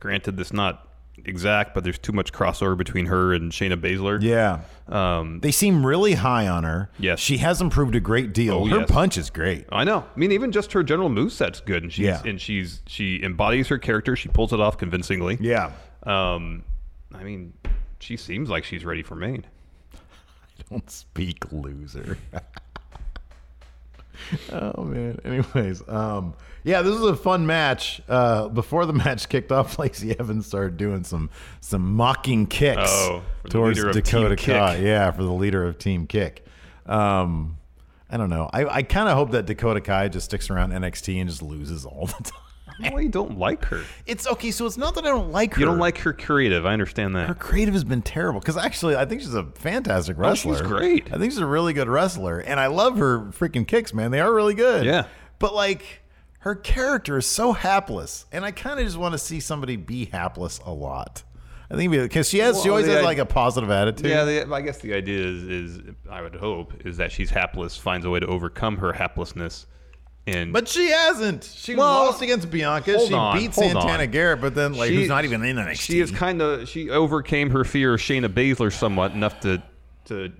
Speaker 7: granted, that's not exact, but there's too much crossover between her and Shayna Baszler.
Speaker 6: Yeah.
Speaker 7: Um,
Speaker 6: They seem really high on her.
Speaker 7: Yes.
Speaker 6: She has improved a great deal.
Speaker 7: Oh,
Speaker 6: her
Speaker 7: yes.
Speaker 6: punch is great.
Speaker 7: I know. I mean, even just her general moveset's good, and she's
Speaker 6: Yeah.
Speaker 7: and she's she embodies her character. She pulls it off convincingly.
Speaker 6: Yeah.
Speaker 7: Um, I mean, she seems like she's ready for Maine.
Speaker 6: Don't speak, loser. oh man. Anyways, um, yeah, this was a fun match. Uh, before the match kicked off, Lacey Evans started doing some some mocking kicks
Speaker 7: Oh, for the
Speaker 6: towards
Speaker 7: leader of
Speaker 6: Dakota
Speaker 7: Team
Speaker 6: Kai.
Speaker 7: Kick.
Speaker 6: Yeah, for the leader of Team Kick. Um, I don't know. I, I kind of hope that Dakota Kai just sticks around NXT and just loses all the time.
Speaker 7: Well, you don't like her.
Speaker 6: It's okay. So it's not that I don't like her.
Speaker 7: You don't like her creative. I understand that.
Speaker 6: Her creative has been terrible because actually, I think she's a fantastic wrestler.
Speaker 7: Oh, she's great.
Speaker 6: I think she's a really good wrestler, and I love her freaking kicks, man. They are really good.
Speaker 7: Yeah.
Speaker 6: But like, her character is so hapless, and I kind of just want to see somebody be hapless a lot. I think because she has, she
Speaker 7: Well,
Speaker 6: always
Speaker 7: the
Speaker 6: has
Speaker 7: i-
Speaker 6: like a positive attitude.
Speaker 7: yeah, the, I guess the idea is, is I would hope is that she's hapless, finds a way to overcome her haplessness, and
Speaker 6: But she hasn't. She
Speaker 7: Well,
Speaker 6: lost against Bianca.
Speaker 7: hold
Speaker 6: She
Speaker 7: on,
Speaker 6: beat
Speaker 7: hold
Speaker 6: Santana
Speaker 7: on.
Speaker 6: Garrett, but then like,
Speaker 7: She-
Speaker 6: who's not even in NXT?
Speaker 7: She is kind of she overcame her fear of Shayna Baszler somewhat enough to to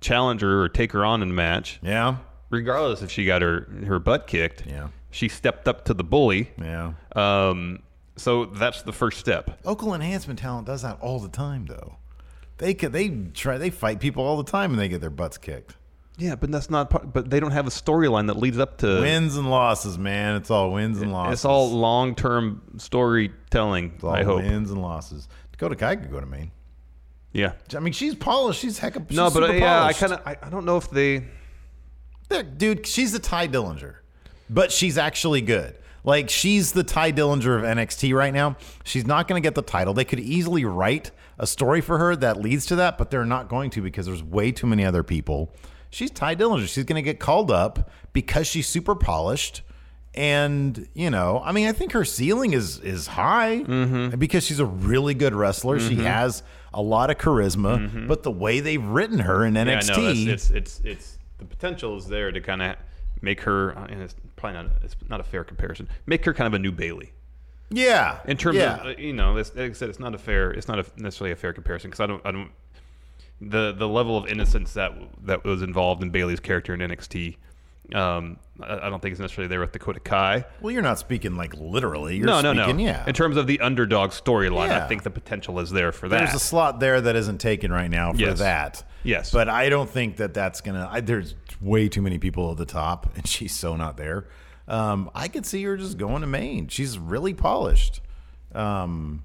Speaker 7: challenge her or take her on in a match.
Speaker 6: yeah,
Speaker 7: Regardless if she got her her butt kicked,
Speaker 6: Yeah.
Speaker 7: she stepped up to the bully.
Speaker 6: yeah.
Speaker 7: Um, so that's the first step.
Speaker 6: Local enhancement talent does that all the time, though. They could they try they fight people all the time and they get their butts kicked.
Speaker 7: Yeah, but that's not. Part, but they don't have a storyline that leads up to.
Speaker 6: Wins and losses, man. It's all wins and losses.
Speaker 7: It's all long term storytelling.
Speaker 6: It's all
Speaker 7: I hope.
Speaker 6: wins and losses. Dakota Kai could go to Maine.
Speaker 7: Yeah.
Speaker 6: I mean, she's polished. She's heck of
Speaker 7: no,
Speaker 6: she's
Speaker 7: but uh,
Speaker 6: super
Speaker 7: yeah, I
Speaker 6: polished.
Speaker 7: kind of I, I don't know if they.
Speaker 6: They're- dude. She's the Ty Dillinger, but she's actually good. Like she's the Ty Dillinger of NXT right now. She's not going to get the title. They could easily write a story for her that leads to that, but they're not going to because there's way too many other people. She's Ty Dillinger. She's going to get called up because she's super polished, and you know, I mean, I think her ceiling is is high
Speaker 7: Mm-hmm.
Speaker 6: because she's a really good wrestler. She has a lot of charisma, but the way they've written her in
Speaker 7: Mm-hmm. Yeah,
Speaker 6: NXT,
Speaker 7: no, that's, it's it's it's the potential is there to kind of make her, uh, and it's probably not it's not a fair comparison. Make her kind of a new Bailey
Speaker 6: yeah,
Speaker 7: in terms
Speaker 6: yeah.
Speaker 7: of uh, you know, it's, like I said, it's not a fair, it's not a, necessarily a fair comparison because I don't I don't the the level of innocence that that was involved in Bailey's character in NXT. Um, I, I don't think it's necessarily there with Dakota Kai.
Speaker 6: Well, you're not speaking like literally. You're
Speaker 7: no, no,
Speaker 6: speaking,
Speaker 7: no.
Speaker 6: Yeah,
Speaker 7: In terms of the underdog storyline,
Speaker 6: Yeah.
Speaker 7: I think the potential is there for that.
Speaker 6: there's a slot there that isn't taken right now for
Speaker 7: Yes.
Speaker 6: that.
Speaker 7: Yes.
Speaker 6: but I don't think that that's gonna. I, there's way too many people at the top, and she's so not there. Um, I could see her just going to Maine. She's really polished. Um,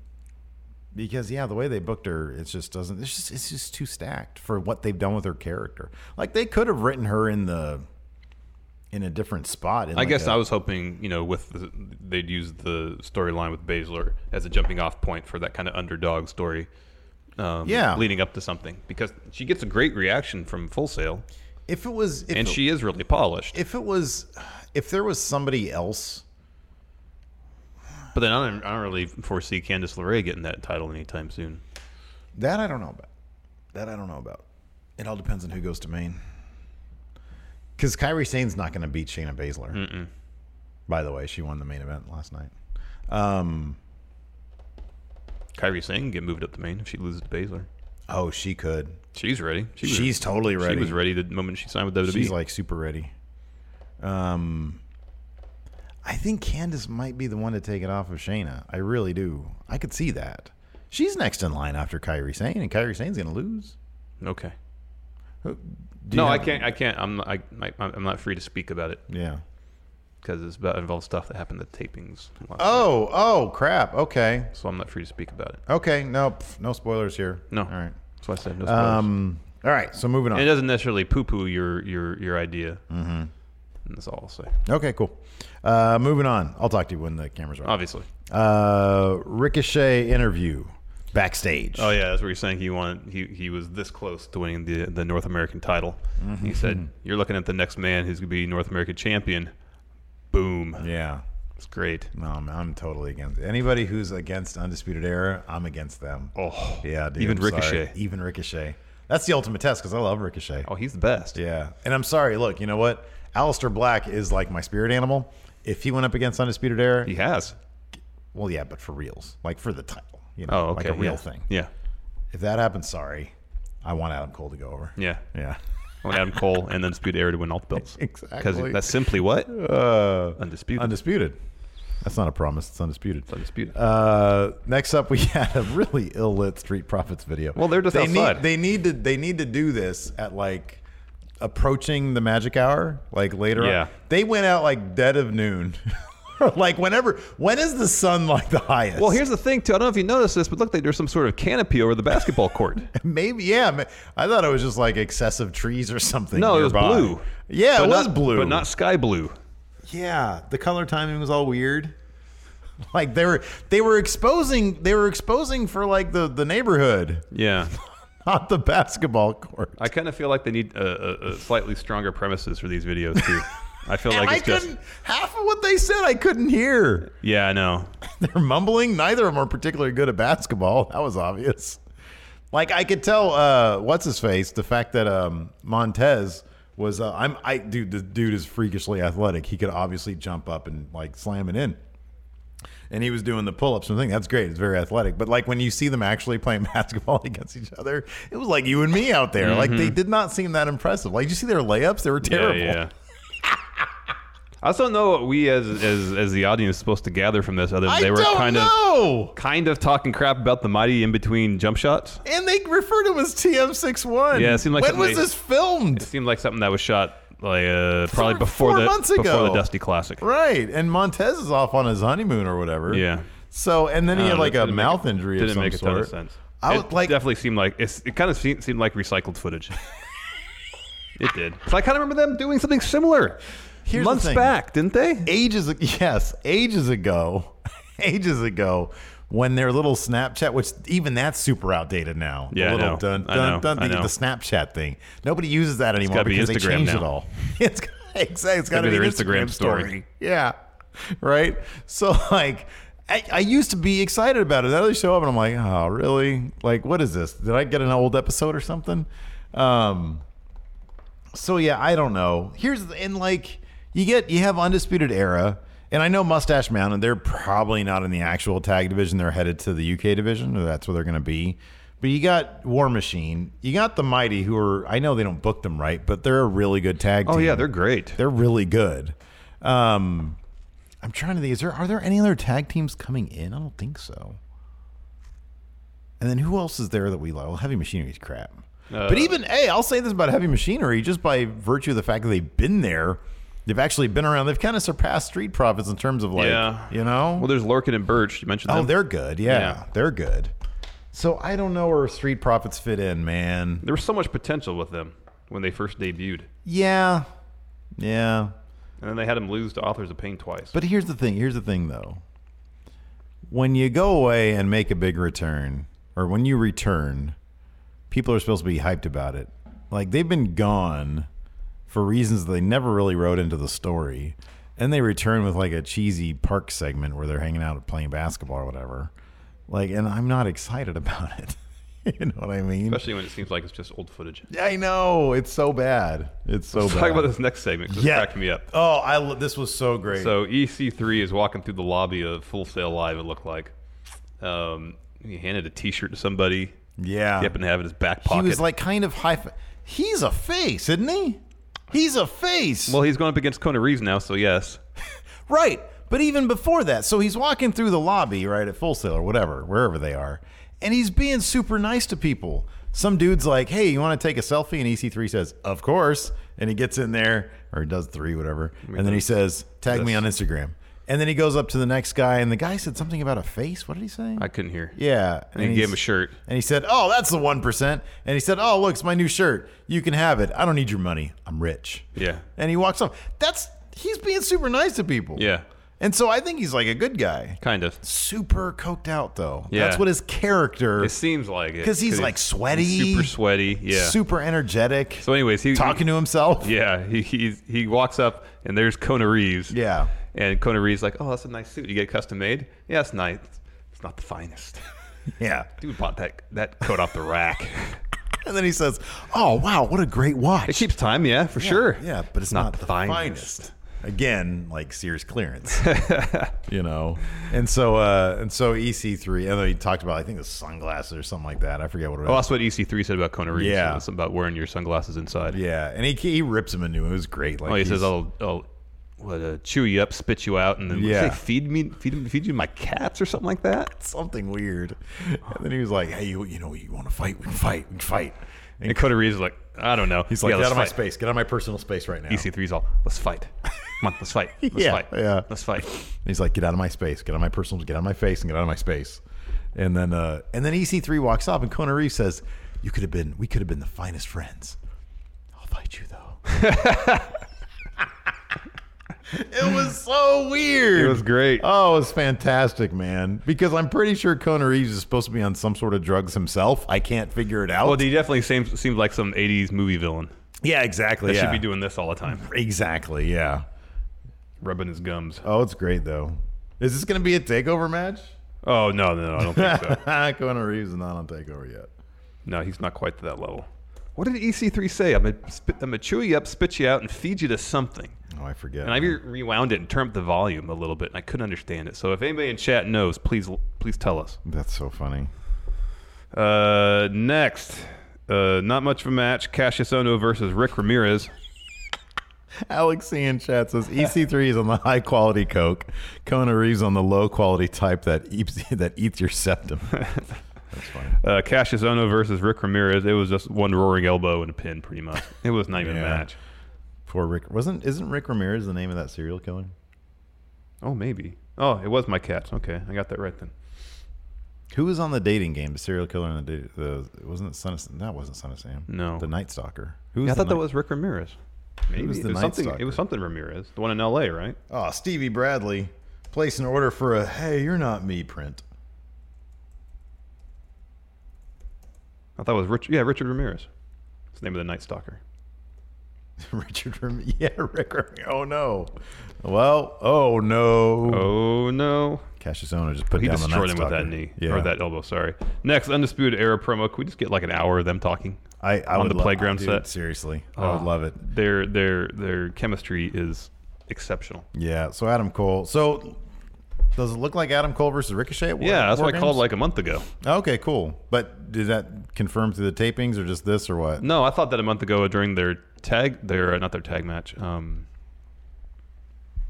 Speaker 6: because yeah, the way they booked her, it just doesn't. It's just it's just too stacked for what they've done with her character. Like they could have written her in the in a different spot. In
Speaker 7: I
Speaker 6: like
Speaker 7: guess
Speaker 6: a-
Speaker 7: I was hoping, you know, with the, they'd use the storyline with Baszler as a jumping off point for that kind of underdog story. Um,
Speaker 6: Yeah.
Speaker 7: leading up to something because she gets a great reaction from Full Sail,
Speaker 6: if it was if it-
Speaker 7: and she is really polished.
Speaker 6: if it was if there was somebody else
Speaker 7: but then I don't, I don't really foresee Candice LeRae getting that title anytime soon.
Speaker 6: That I don't know about. That I don't know about. It all depends on who goes to Maine. Because Kyrie Sane's not going to beat Shayna Baszler. By the way, she won the main event last night. Um,
Speaker 7: Kyrie Singh can get moved up to Maine if she loses to Baszler.
Speaker 6: oh, she could.
Speaker 7: She's ready. She was,
Speaker 6: She's totally ready.
Speaker 7: She was ready the moment she signed with WWE.
Speaker 6: She's like super ready. Um, I think Candace might be the one to take it off of Shayna. I really do. I could see that. She's next in line after Kyrie Sane, and Kyrie Sane's going to lose.
Speaker 7: okay.
Speaker 6: Who- do you
Speaker 7: No, I
Speaker 6: have-
Speaker 7: can't. I can't. I'm. I, I, I'm not free to speak about it
Speaker 6: Yeah.
Speaker 7: because it's about involves stuff that happened at tapings. last night.
Speaker 6: Oh, oh, crap. Okay.
Speaker 7: so I'm not free to speak about it.
Speaker 6: Okay, no, pff, no spoilers here.
Speaker 7: No.
Speaker 6: All right.
Speaker 7: That's why I said no spoilers.
Speaker 6: Um, all right. So moving
Speaker 7: and it
Speaker 6: on.
Speaker 7: doesn't necessarily poo-poo your your your idea. Mm-hmm. And that's all I'll say.
Speaker 6: Okay, cool. Uh, moving on. I'll talk to you when the cameras are. on.
Speaker 7: Obviously.
Speaker 6: Uh, Ricochet interview backstage.
Speaker 7: Oh yeah, that's what you're saying. He wanted. He he was this close to winning the the North American title.
Speaker 6: Mm-hmm.
Speaker 7: He said, "You're looking at the next man who's gonna be North American champion." Boom.
Speaker 6: yeah.
Speaker 7: It's great.
Speaker 6: No, I'm, I'm totally against anybody who's against Undisputed Era. I'm against them.
Speaker 7: Oh
Speaker 6: yeah, dude,
Speaker 7: even
Speaker 6: I'm sorry.
Speaker 7: Ricochet.
Speaker 6: Even Ricochet. That's the ultimate test because I love Ricochet.
Speaker 7: Oh, he's the best.
Speaker 6: Yeah. And I'm sorry. Look, you know what? Alistair Black is like my spirit animal. If he went up against Undisputed Era,
Speaker 7: He has.
Speaker 6: well, yeah, but for reals, like for the title, you know,
Speaker 7: Oh,
Speaker 6: like
Speaker 7: okay.
Speaker 6: a real
Speaker 7: yeah.
Speaker 6: thing.
Speaker 7: Yeah.
Speaker 6: If that happens, sorry. I want Adam Cole to go over.
Speaker 7: Yeah.
Speaker 6: Yeah.
Speaker 7: Well, Adam Cole and then Speed Air to win all the belts.
Speaker 6: Exactly.
Speaker 7: that's simply what?
Speaker 6: Uh,
Speaker 7: Undisputed.
Speaker 6: undisputed. That's not a promise. It's undisputed.
Speaker 7: Undisputed.
Speaker 6: Uh, next up, we had a really ill lit Street Profits video.
Speaker 7: Well, they're just
Speaker 6: they
Speaker 7: outside.
Speaker 6: Need, they need to. They need to do this at like approaching the magic hour, like later.
Speaker 7: Yeah.
Speaker 6: on. They went out like dead of noon. like whenever. When is the sun like the highest?
Speaker 7: well, here's the thing, too. I don't know if you noticed this, but look, like there's some sort of canopy over the basketball court.
Speaker 6: Maybe yeah. ma- I thought it was just like excessive trees or something.
Speaker 7: No, it was
Speaker 6: nearby.
Speaker 7: blue.
Speaker 6: Yeah,
Speaker 7: But
Speaker 6: it was
Speaker 7: not-
Speaker 6: blue,
Speaker 7: but not sky blue.
Speaker 6: Yeah, the color timing was all weird. Like they were they were exposing they were exposing for like the the neighborhood,
Speaker 7: Yeah,
Speaker 6: not the basketball court.
Speaker 7: I kind of feel like they need a, a, a slightly stronger premises for these videos too. I feel
Speaker 6: And
Speaker 7: like
Speaker 6: I
Speaker 7: it's just
Speaker 6: couldn't half of what they said I couldn't hear.
Speaker 7: yeah, I know.
Speaker 6: They're mumbling. Neither of them are particularly good at basketball. That was obvious. Like I could tell uh what's his face, the fact that um Montez was uh, I'm I dude the dude is freakishly athletic. He could obviously jump up and like slam it in. and he was doing the pull-ups and thing. That's great. It's very athletic. But like when you see them actually playing basketball against each other, it was like you and me out there. Like they did not seem that impressive. Like did you see their layups, they were terrible.
Speaker 7: Mm-hmm. Yeah, yeah. I also don't know what we as as as the audience is supposed to gather from this, other than
Speaker 6: I
Speaker 7: they were
Speaker 6: don't
Speaker 7: kind
Speaker 6: know.
Speaker 7: of kind of talking crap about the mighty in between jump shots.
Speaker 6: and they referred to him as TM61.
Speaker 7: Yeah, it seemed like
Speaker 6: when
Speaker 7: something
Speaker 6: was
Speaker 7: they-
Speaker 6: this filmed?
Speaker 7: It seemed like something that was shot like uh, probably
Speaker 6: Four-
Speaker 7: before
Speaker 6: four
Speaker 7: the
Speaker 6: months
Speaker 7: before
Speaker 6: ago.
Speaker 7: the Dusty Classic.
Speaker 6: Right, and Montez is off on his honeymoon or whatever.
Speaker 7: Yeah.
Speaker 6: So and then he
Speaker 7: Uh,
Speaker 6: had like
Speaker 7: that
Speaker 6: a
Speaker 7: didn't make-
Speaker 6: mouth injury.
Speaker 7: Didn't
Speaker 6: of some
Speaker 7: make a
Speaker 6: sort.
Speaker 7: ton of sense.
Speaker 6: I
Speaker 7: it
Speaker 6: would like.
Speaker 7: definitely seemed like it's, it kind of seemed, seemed like recycled footage. it did. So I kind of remember them doing something similar
Speaker 6: Here's the
Speaker 7: months
Speaker 6: thing.
Speaker 7: back, didn't they?
Speaker 6: ages yes ages ago ages ago when their little snapchat which even that's super outdated now
Speaker 7: Yeah, I
Speaker 6: the little
Speaker 7: know.
Speaker 6: dun
Speaker 7: I
Speaker 6: dun
Speaker 7: know.
Speaker 6: dun
Speaker 7: I
Speaker 6: the,
Speaker 7: know.
Speaker 6: the snapchat thing nobody uses that anymore
Speaker 7: gotta be
Speaker 6: because they
Speaker 7: Instagram
Speaker 6: changed
Speaker 7: now.
Speaker 6: it all it's, it's got to be,
Speaker 7: gotta be
Speaker 6: an
Speaker 7: their Instagram story.
Speaker 6: yeah right? So like I, I used to be excited about it. Now they show up and I'm like, oh really? Like what is this? Did I get an old episode or something? Um so yeah, I don't know. Here's the, and like you get you have undisputed era, and I know Mustache Mountain. They're probably not in the actual tag division. They're headed to the UK division, or that's where they're going to be. But you got War Machine. You got the Mighty, who are I know they don't book them right, but they're a really good tag.
Speaker 7: Oh
Speaker 6: team.
Speaker 7: yeah, they're great.
Speaker 6: they're really good. Um, I'm trying to think. Is there are there any other tag teams coming in? I don't think so. And then who else is there that we love? Well, Heavy Machinery's crap.
Speaker 7: Uh,
Speaker 6: but even hey, I'll say this about Heavy Machinery, just by virtue of the fact that they've been there, they've actually been around. They've kind of surpassed Street Profits in terms of like,
Speaker 7: Yeah.
Speaker 6: you know,
Speaker 7: Well, there's Lurkin and Birch. You mentioned
Speaker 6: oh,
Speaker 7: them.
Speaker 6: they're good. Yeah,
Speaker 7: Yeah.
Speaker 6: they're good. So I don't know where Street Profits fit in, man.
Speaker 7: There was so much potential with them when they first debuted,
Speaker 6: Yeah, yeah.
Speaker 7: and then they had them lose to Authors of Pain twice.
Speaker 6: But here's the thing. Here's the thing, though. When you go away and make a big return, or when you return, people are supposed to be hyped about it. Like they've been gone for reasons they never really wrote into the story, and they return with like a cheesy park segment where they're hanging out playing basketball or whatever. Like, and I'm not excited about it. you know what I mean?
Speaker 7: especially when it seems like it's just old footage.
Speaker 6: I know it's so bad. It's so
Speaker 7: Let's
Speaker 6: bad.
Speaker 7: talk about this next segment because
Speaker 6: Yeah.
Speaker 7: it cracked me up.
Speaker 6: Oh, I lo- this was so great.
Speaker 7: So EC3 is walking through the lobby of Full Sail Live. It looked like um, he handed a T-shirt to somebody.
Speaker 6: yeah.
Speaker 7: He happened to have it in his back pocket.
Speaker 6: He was like kind of high. Fi- he's a face, isn't he? He's a face.
Speaker 7: well, he's going up against Kona Reeves now, so yes.
Speaker 6: right. But even before that, so he's walking through the lobby, right, at Full Sail or whatever, wherever they are, and he's being super nice to people. Some dude's like, hey, you want to take a selfie? And EC3 says, of course. And he gets in there, or he does three, whatever. And then he says, tag me on Instagram. And then he goes up to the next guy, and the guy said something about a face. What did he say?
Speaker 7: I couldn't hear.
Speaker 6: Yeah.
Speaker 7: And he gave him a shirt.
Speaker 6: And he said, Oh, that's the 1%. And he said, Oh, look, it's my new shirt. You can have it. I don't need your money. I'm rich.
Speaker 7: Yeah.
Speaker 6: And he walks off. That's, he's being super nice to people.
Speaker 7: Yeah.
Speaker 6: And so I think he's like a good guy.
Speaker 7: Kind of.
Speaker 6: Super coked out, though.
Speaker 7: Yeah.
Speaker 6: That's what his character
Speaker 7: It seems like it.
Speaker 6: 'Cause he's, like, sweaty.
Speaker 7: Super sweaty. Yeah.
Speaker 6: Super energetic.
Speaker 7: So anyways, he
Speaker 6: talking to himself.
Speaker 7: Yeah, he he's, he walks up and there's Kona Reeves.
Speaker 6: Yeah.
Speaker 7: And Kona Reeves like, "Oh, that's a nice suit. You get it custom made? Yeah, it's nice. It's not the finest.
Speaker 6: Yeah.
Speaker 7: Dude bought that that coat off the rack.
Speaker 6: And then he says, Oh, wow, what a great watch.
Speaker 7: it keeps time, yeah, for sure.
Speaker 6: Yeah, but it's not, the finest. Again, like Sears clearance, you know, and so uh, and so EC3, and then he talked about I think the sunglasses or something like that. I forget what it
Speaker 7: Well,
Speaker 6: was.
Speaker 7: Oh, that's what EC3 said about Kona Reeves.
Speaker 6: Yeah.
Speaker 7: It was about wearing your sunglasses inside.
Speaker 6: Yeah, and he he rips him a new. It was great. Like
Speaker 7: Oh, he
Speaker 6: he's-
Speaker 7: says, "I'll, I'll what, uh, chew you up, spit you out, and then what did he
Speaker 6: Yeah.
Speaker 7: say, feed me, feed, feed you my cats or something like that."
Speaker 6: something weird, and then he was like, hey, you, you know, you want to fight? We can fight. We can fight. And
Speaker 7: And Kona Reeves is like, "I don't know."
Speaker 6: he's like,
Speaker 7: yeah,
Speaker 6: get
Speaker 7: let's
Speaker 6: out of my
Speaker 7: fight." E
Speaker 6: space. Get out of my personal space right now.
Speaker 7: EC3's all, "Let's fight. Come on, let's fight. Let's
Speaker 6: Yeah,
Speaker 7: fight.
Speaker 6: yeah.
Speaker 7: Let's fight."
Speaker 6: And he's like, "Get out of my space! Get out of my personal! Get out of my face! And get out of my space!" And then, uh, and then EC3 walks up, and Kona Reeves says, "You could have been. We could have been the finest friends. I'll fight you though." it was so weird.
Speaker 7: It was great.
Speaker 6: Oh, it was fantastic, man. Because I'm pretty sure Kona Reeves is supposed to be on some sort of drugs himself. I can't figure it out.
Speaker 7: Well, he definitely seems seems like some '80s movie villain
Speaker 6: yeah, exactly.
Speaker 7: that
Speaker 6: yeah.
Speaker 7: should be doing this all the time,
Speaker 6: exactly. Yeah.
Speaker 7: rubbing his gums.
Speaker 6: Oh, it's great though. Is this going to be a takeover match?
Speaker 7: Oh no, no, no, I don't think so.
Speaker 6: Keanu Reeves is not on Takeover yet.
Speaker 7: No, he's not quite to that level. What did EC3 say? I'm gonna, spit, I'm gonna chew you up, spit you out, and feed you to something.
Speaker 6: Oh, I forget.
Speaker 7: And I re- rewound it and turned up the volume a little bit, and I couldn't understand it. So if anybody in chat knows, please please tell us.
Speaker 6: That's so funny.
Speaker 7: Uh, next, uh, not much of a match: Cassius Ono versus Rick Ramirez.
Speaker 6: Alex C in chat says EC3 is on the high quality Coke, Kona Reeves on the low quality type that eats that eats your septum.
Speaker 7: Uh, Cassius Ono versus Rick Ramirez. It was just one roaring elbow and a pin, pretty much. It was not even
Speaker 6: Yeah.
Speaker 7: a match.
Speaker 6: Poor Rick. Wasn't isn't Rick Ramirez the name of that serial killer?
Speaker 7: Oh, maybe. Oh, it was my cats. Okay, I got that right then.
Speaker 6: Who was on the dating game? The serial killer and the da- the wasn't it Son of Sam? That wasn't Son of Sam.
Speaker 7: No.
Speaker 6: the Night Stalker. Who
Speaker 7: Yeah, I
Speaker 6: the
Speaker 7: thought that
Speaker 6: Night-
Speaker 7: was Rick Ramirez. Maybe
Speaker 6: was the
Speaker 7: it was
Speaker 6: Night
Speaker 7: something. It
Speaker 6: Stalker?
Speaker 7: was something Ramirez, the one in L.A., right?
Speaker 6: Oh, Stevie Bradley placed an order for a "Hey, you're not me" print.
Speaker 7: I thought it was Rich. Yeah, Richard Ramirez. It's the name of the Night Stalker.
Speaker 6: Richard Ramirez. Yeah, Rick Ramirez. Oh no. Well, oh no.
Speaker 7: Oh no.
Speaker 6: Cassius Ohno just put
Speaker 7: He
Speaker 6: down the
Speaker 7: destroyed
Speaker 6: Night
Speaker 7: him with that
Speaker 6: Stalker.
Speaker 7: knee
Speaker 6: Yeah.
Speaker 7: or that elbow. Sorry. Next, undisputed era promo. Could we just get like an hour of them talking?
Speaker 6: I, I
Speaker 7: on
Speaker 6: would
Speaker 7: the
Speaker 6: lo-
Speaker 7: playground
Speaker 6: dude,
Speaker 7: set. Oh.
Speaker 6: Seriously, I would love it.
Speaker 7: Their their their chemistry is exceptional.
Speaker 6: Yeah. So Adam Cole. So does it look like Adam Cole versus Ricochet? at War-
Speaker 7: yeah, that's
Speaker 6: War
Speaker 7: why I called
Speaker 6: Games?
Speaker 7: like a month ago.
Speaker 6: Okay, cool. But did that confirm through the tapings or just this or what?
Speaker 7: No, I thought that a month ago during their tag, their uh, not their tag match, um,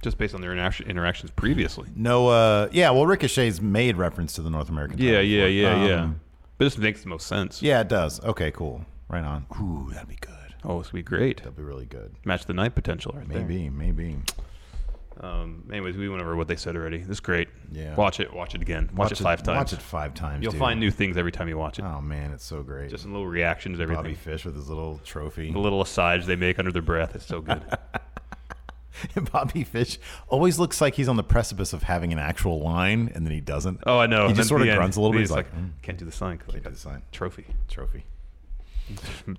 Speaker 7: just based on their interaction, interactions previously.
Speaker 6: No. Uh. Yeah. Well, Ricochet's made reference to the North American.
Speaker 7: Yeah,
Speaker 6: title
Speaker 7: yeah,
Speaker 6: before.
Speaker 7: yeah, yeah.
Speaker 6: Um,
Speaker 7: But this makes the most sense.
Speaker 6: Yeah, it does. Okay, cool. Right on. Ooh, that'd be good.
Speaker 7: Oh, this would be great.
Speaker 6: That'd be really good.
Speaker 7: Match of the night potential, right
Speaker 6: Maybe. Maybe.
Speaker 7: there. Um, anyways, we went over what they said already. This is great.
Speaker 6: Yeah.
Speaker 7: Watch it. Watch it again. Watch, it five times.
Speaker 6: Watch it five times.
Speaker 7: You'll
Speaker 6: dude.
Speaker 7: find new things every time you watch it.
Speaker 6: Oh man, it's so great.
Speaker 7: Just little reactions, everything.
Speaker 6: Bobby Fish with his little trophy.
Speaker 7: The little asides they make under their breath. It's so good.
Speaker 6: Bobby Fish always looks like he's on the precipice of having an actual line, and then he doesn't.
Speaker 7: Oh, I know.
Speaker 6: He
Speaker 7: And
Speaker 6: just
Speaker 7: then
Speaker 6: sort
Speaker 7: at
Speaker 6: of
Speaker 7: the end,
Speaker 6: grunts a little bit.
Speaker 7: He's
Speaker 6: He's like,
Speaker 7: like,
Speaker 6: "Mm,
Speaker 7: can't do the sign. 'cause I
Speaker 6: Can't
Speaker 7: got
Speaker 6: do the sign."
Speaker 7: Trophy.
Speaker 6: trophy.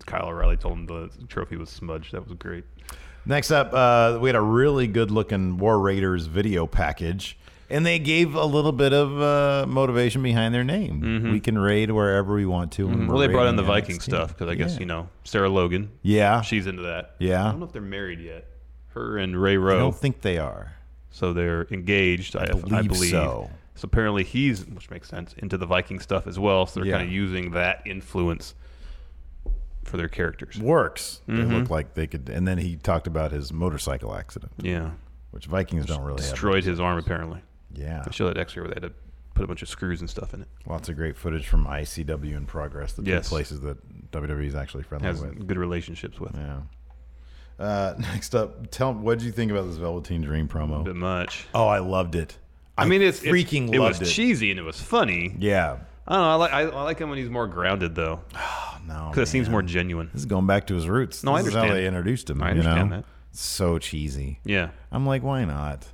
Speaker 7: Kyle O'Reilly told him the trophy was smudged. That was great.
Speaker 6: Next up, uh, we had a really good looking War Raiders video package, and they gave a little bit of uh, motivation behind their name. We can raid wherever we want to.
Speaker 7: Mm-hmm. Well, they brought in the Viking stuff because I guess you know Sarah Logan.
Speaker 6: Yeah.
Speaker 7: she's into that.
Speaker 6: Yeah.
Speaker 7: I don't know if they're married yet. Her and Ray
Speaker 6: I
Speaker 7: Rowe,
Speaker 6: don't think they are.
Speaker 7: so they're engaged. I, I believe,
Speaker 6: believe so.
Speaker 7: So apparently he's, which makes sense, into the Viking stuff as well. So they're
Speaker 6: Yeah.
Speaker 7: kind of using that influence for their characters.
Speaker 6: Works. They
Speaker 7: Mm-hmm.
Speaker 6: look like they could. And then he talked about his motorcycle accident,
Speaker 7: Yeah,
Speaker 6: which Vikings don't really
Speaker 7: destroyed his arm apparently.
Speaker 6: have. Yeah.
Speaker 7: They show that X-ray where they had to put a bunch of screws and stuff in it.
Speaker 6: Lots of great footage from ICW in progress, the
Speaker 7: Yes.
Speaker 6: two places that WWE is actually friendly
Speaker 7: Has
Speaker 6: with.
Speaker 7: good relationships with.
Speaker 6: Yeah. Uh, next up, tell what did you think about this Velveteen Dream promo?
Speaker 7: Bit much.
Speaker 6: Oh, I loved it.
Speaker 7: I mean, it's it's-
Speaker 6: freaking
Speaker 7: It
Speaker 6: loved
Speaker 7: was
Speaker 6: it.
Speaker 7: cheesy and it was funny.
Speaker 6: Yeah.
Speaker 7: I don't know. I like I, I like him when he's more grounded though,
Speaker 6: No.
Speaker 7: because it seems
Speaker 6: man.
Speaker 7: more genuine.
Speaker 6: This is going back to his roots.
Speaker 7: No, I
Speaker 6: This is how
Speaker 7: understand.
Speaker 6: they introduced him.
Speaker 7: I
Speaker 6: you know?
Speaker 7: understand that.
Speaker 6: So cheesy.
Speaker 7: Yeah.
Speaker 6: I'm like, why not?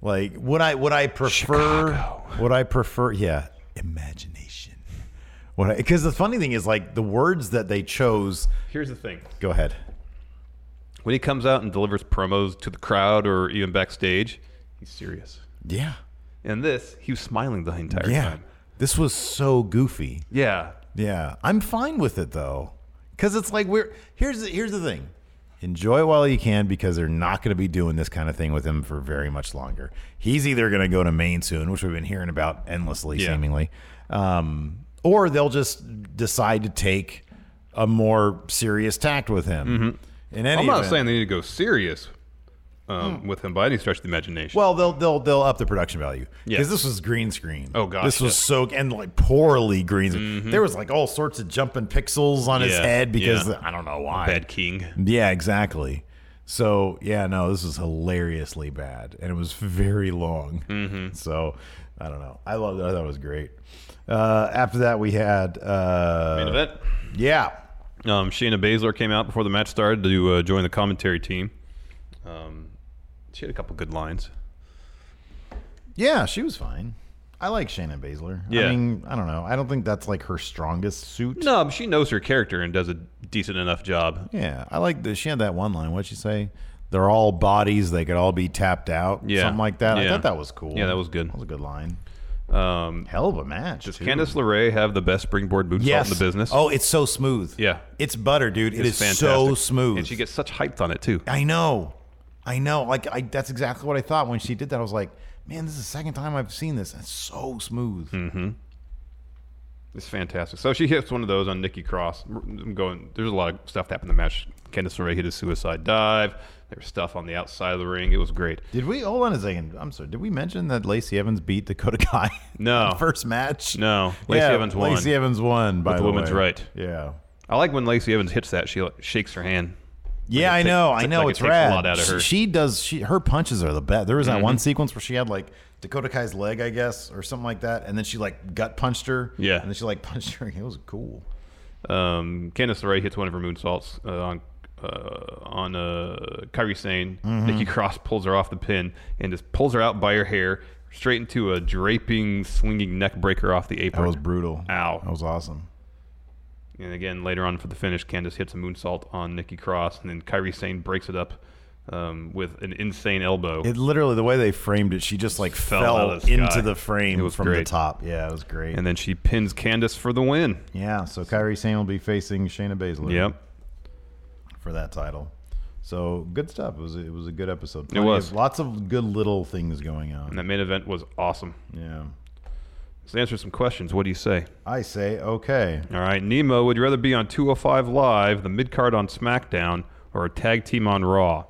Speaker 6: Like, would I would I prefer? Would I prefer? Yeah, imagination. What? Because the funny thing is, like, the words that they chose.
Speaker 7: Here's the thing:
Speaker 6: Go ahead.
Speaker 7: when he comes out and delivers promos to the crowd or even backstage, he's serious.
Speaker 6: Yeah.
Speaker 7: And this, he was smiling the entire
Speaker 6: Yeah.
Speaker 7: time.
Speaker 6: This was so goofy.
Speaker 7: Yeah.
Speaker 6: Yeah, I'm fine with it though, because it's like we're here's the, here's the thing. Enjoy it while you can because they're not going to be doing this kind of thing with him for very much longer. He's either going to go to Maine soon, which we've been hearing about endlessly,
Speaker 7: Yeah.
Speaker 6: seemingly, um, or they'll just decide to take a more serious tact with him. In any
Speaker 7: Mm-hmm. I'm not
Speaker 6: event-
Speaker 7: saying they need to go serious um, with him by any stretch of the imagination.
Speaker 6: Well, they'll they'll they'll up the production value
Speaker 7: Yeah.
Speaker 6: because this was green screen.
Speaker 7: Oh, gosh,
Speaker 6: this was
Speaker 7: yes.
Speaker 6: so and like poorly green. screen. There was like all sorts of jumping pixels on his
Speaker 7: Yeah,
Speaker 6: head because
Speaker 7: yeah.
Speaker 6: I don't know why.
Speaker 7: Bad King.
Speaker 6: Yeah, exactly. So yeah, no, this was hilariously bad, and it was very long.
Speaker 7: Mm-hmm.
Speaker 6: So I don't know. I loved it. I thought it was great. Uh, after that, we had uh,
Speaker 7: Main event.
Speaker 6: Yeah,
Speaker 7: Um, Shayna Baszler came out before the match started to uh, join the commentary team. Um, she had a couple good lines.
Speaker 6: yeah, she was fine. I like Shannon Baszler.
Speaker 7: Yeah.
Speaker 6: I mean, I don't know. I don't think that's like her strongest suit.
Speaker 7: No, but she knows her character and does a decent enough job.
Speaker 6: Yeah, I like that. She had that one line. What'd she say? They're all bodies. They could all be tapped out.
Speaker 7: Yeah.
Speaker 6: something like that. I
Speaker 7: Yeah.
Speaker 6: thought that was cool.
Speaker 7: Yeah, that was good.
Speaker 6: That was a good line.
Speaker 7: Um,
Speaker 6: Hell of a match.
Speaker 7: does
Speaker 6: too.
Speaker 7: Candice LeRae have the best springboard moonsault
Speaker 6: yes.
Speaker 7: in the business?
Speaker 6: Oh, it's so smooth.
Speaker 7: Yeah.
Speaker 6: it's butter, dude. It is
Speaker 7: It's
Speaker 6: so
Speaker 7: fantastic.
Speaker 6: smooth.
Speaker 7: And she gets such hyped on it too.
Speaker 6: I know, I know. Like I, that's exactly what I thought when she did that. I was like, man, this is the second time I've seen this. That's so smooth.
Speaker 7: Hmm. It's fantastic. So she hits one of those on Nikki Cross. I'm going. There's a lot of stuff that happened in the match. Candice LeRae hit a suicide dive. There was stuff on the outside of the ring. It was great.
Speaker 6: Did we hold on a second? I'm sorry. Did we mention that Lacey Evans beat Dakota Kai? in
Speaker 7: No.
Speaker 6: the first match.
Speaker 7: No. Lacey Evans won.
Speaker 6: Lacey Evans won. By
Speaker 7: the
Speaker 6: the
Speaker 7: women's
Speaker 6: way.
Speaker 7: right.
Speaker 6: Yeah.
Speaker 7: I like when Lacey Evans hits that. She like, shakes her hand.
Speaker 6: Yeah,
Speaker 7: Like it
Speaker 6: I
Speaker 7: ta-
Speaker 6: know,
Speaker 7: it's
Speaker 6: I
Speaker 7: like-
Speaker 6: know.
Speaker 7: like it
Speaker 6: it's
Speaker 7: takes a
Speaker 6: rad.
Speaker 7: lot out of her. Mm-hmm.
Speaker 6: She does. She her punches are the best. There was that one sequence where she had like Dakota Kai's leg, I guess, or something like that, and then she like gut punched her.
Speaker 7: Yeah.
Speaker 6: and then she like punched her. It was cool.
Speaker 7: Um, Candice LeRae hits one of her moonsaults uh, on uh, on uh, Kyrie Sane.
Speaker 6: Mm-hmm.
Speaker 7: Nikki Cross pulls her off the pin and just pulls her out by her hair straight into a draping, swinging neck breaker off the
Speaker 6: That
Speaker 7: apron.
Speaker 6: was brutal.
Speaker 7: Ow.
Speaker 6: that was awesome.
Speaker 7: And again, later on for the finish, Candace hits a moonsault on Nikki Cross, and then Kyrie Sane breaks it up um, with an insane elbow.
Speaker 6: It literally the way they framed it, she just like fell,
Speaker 7: Fell out of the sky.
Speaker 6: into the frame
Speaker 7: It was
Speaker 6: from the
Speaker 7: great.
Speaker 6: top. Yeah, it was great.
Speaker 7: and then she pins Candace for the win.
Speaker 6: yeah, so Kyrie Sane will be facing Shayna Baszler.
Speaker 7: Yep.
Speaker 6: for that title. So good stuff. It was it was a good episode.
Speaker 7: It was.
Speaker 6: of- lots of good little things going on.
Speaker 7: And that main event was awesome.
Speaker 6: Yeah,
Speaker 7: Let's answer some questions. What do you say?
Speaker 6: I say okay.
Speaker 7: All right, Nemo, would you rather be on 205 Live, the mid card on SmackDown, or a tag team on Raw?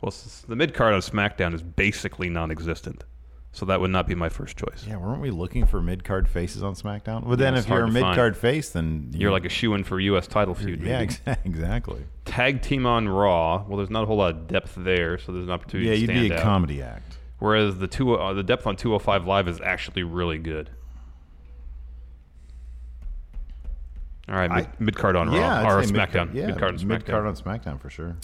Speaker 7: Well, s- the mid card on SmackDown is basically non existent. So that would not be my first choice.
Speaker 6: Yeah, weren't we looking for mid card faces on SmackDown? Well, then
Speaker 7: it's
Speaker 6: if you're a
Speaker 7: hard to
Speaker 6: mid
Speaker 7: find.
Speaker 6: card face, then you-
Speaker 7: You're like a shoe in for U.S. title feud.
Speaker 6: yeah,
Speaker 7: maybe.
Speaker 6: ex- exactly.
Speaker 7: Tag team on Raw. Well, there's not a whole lot of depth there, so there's an opportunity
Speaker 6: Yeah,
Speaker 7: to
Speaker 6: you'd
Speaker 7: stand
Speaker 6: be a
Speaker 7: out.
Speaker 6: comedy act.
Speaker 7: Whereas the two, uh, the depth on 205 Live is actually really good. All right, mid,
Speaker 6: I-
Speaker 7: mid-card on
Speaker 6: yeah,
Speaker 7: Raw
Speaker 6: I'd
Speaker 7: or
Speaker 6: say mid-
Speaker 7: SmackDown.
Speaker 6: Yeah,
Speaker 7: mid-card on SmackDown.
Speaker 6: mid-card on SmackDown for sure.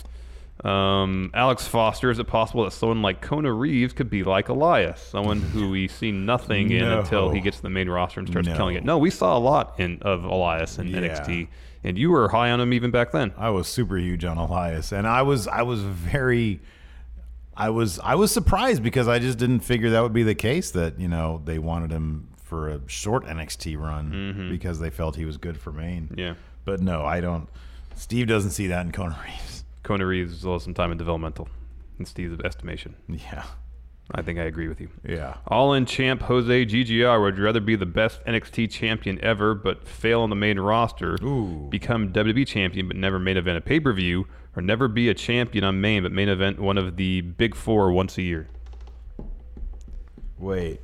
Speaker 7: Um, Alex Foster, is it possible that someone like Kona Reeves could be like Elias? Someone who we see nothing in
Speaker 6: No.
Speaker 7: until he gets to the main roster and starts
Speaker 6: No.
Speaker 7: killing it. No, we saw a lot in of Elias in
Speaker 6: Yeah.
Speaker 7: NXT, and you were high on him even back then.
Speaker 6: I was super huge on Elias, and I was I was very, I was I was surprised because I just didn't figure that would be the case that you know they wanted him for a short NXT run because they felt he was good for Maine.
Speaker 7: Yeah.
Speaker 6: but no, I don't. Steve doesn't see that in Conor Reeves.
Speaker 7: Kona Reeves is lost some time in developmental, in Steve's estimation.
Speaker 6: Yeah,
Speaker 7: I think I agree with you.
Speaker 6: yeah.
Speaker 7: All in champ Jose GGR would rather be the best NXT champion ever, but fail on the main roster, become WWE champion, but never main event a pay per view, or never be a champion on main, but main event one of the big four once a year.
Speaker 6: Wait,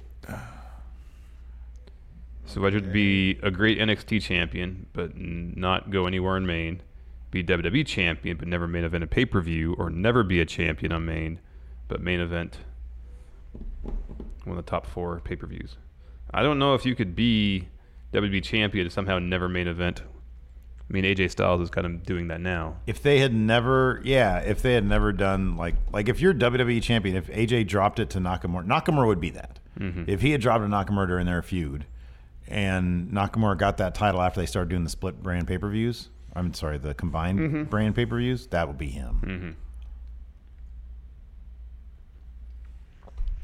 Speaker 7: So I should be a great NXT champion, but n- not go anywhere in main, be WWE champion, but never main event a pay per view, or never be a champion on main, but main event one of the top four pay per views. I don't know if you could be WWE champion and somehow never main event. I mean, AJ Styles is kind of doing that now.
Speaker 6: if they had never, yeah, if they had never done like like if you're WWE E champion, if AJ dropped it to Nakamura, Nakamura would be that. If he had dropped it to Nakamura during their feud, and Nakamura got that title after they started doing the split brand pay per views, I'm sorry, the combined brand pay per views, that would be him.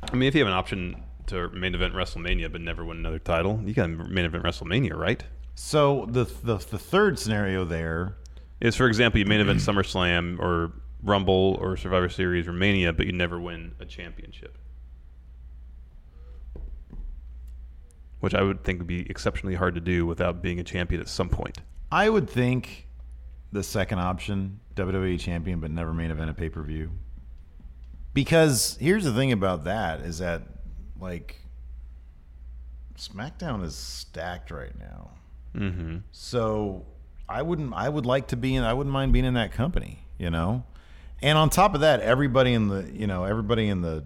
Speaker 7: I mean, if you have an option to main event WrestleMania but never win another title, you can main event WrestleMania, right?
Speaker 6: So the, the the third scenario there,
Speaker 7: is, for example, you main event SummerSlam or Rumble or Survivor Series or Mania, but you never win a championship. Which I would think would be exceptionally hard to do without being a champion at some point.
Speaker 6: I would think the second option, WWE champion but never main event a pay per view. Because here's the thing about that is that like SmackDown is stacked right now. Mm-hmm. So I wouldn't I would like to be in I wouldn't mind being in that company, you know? And on top of that, everybody in the you know, everybody in the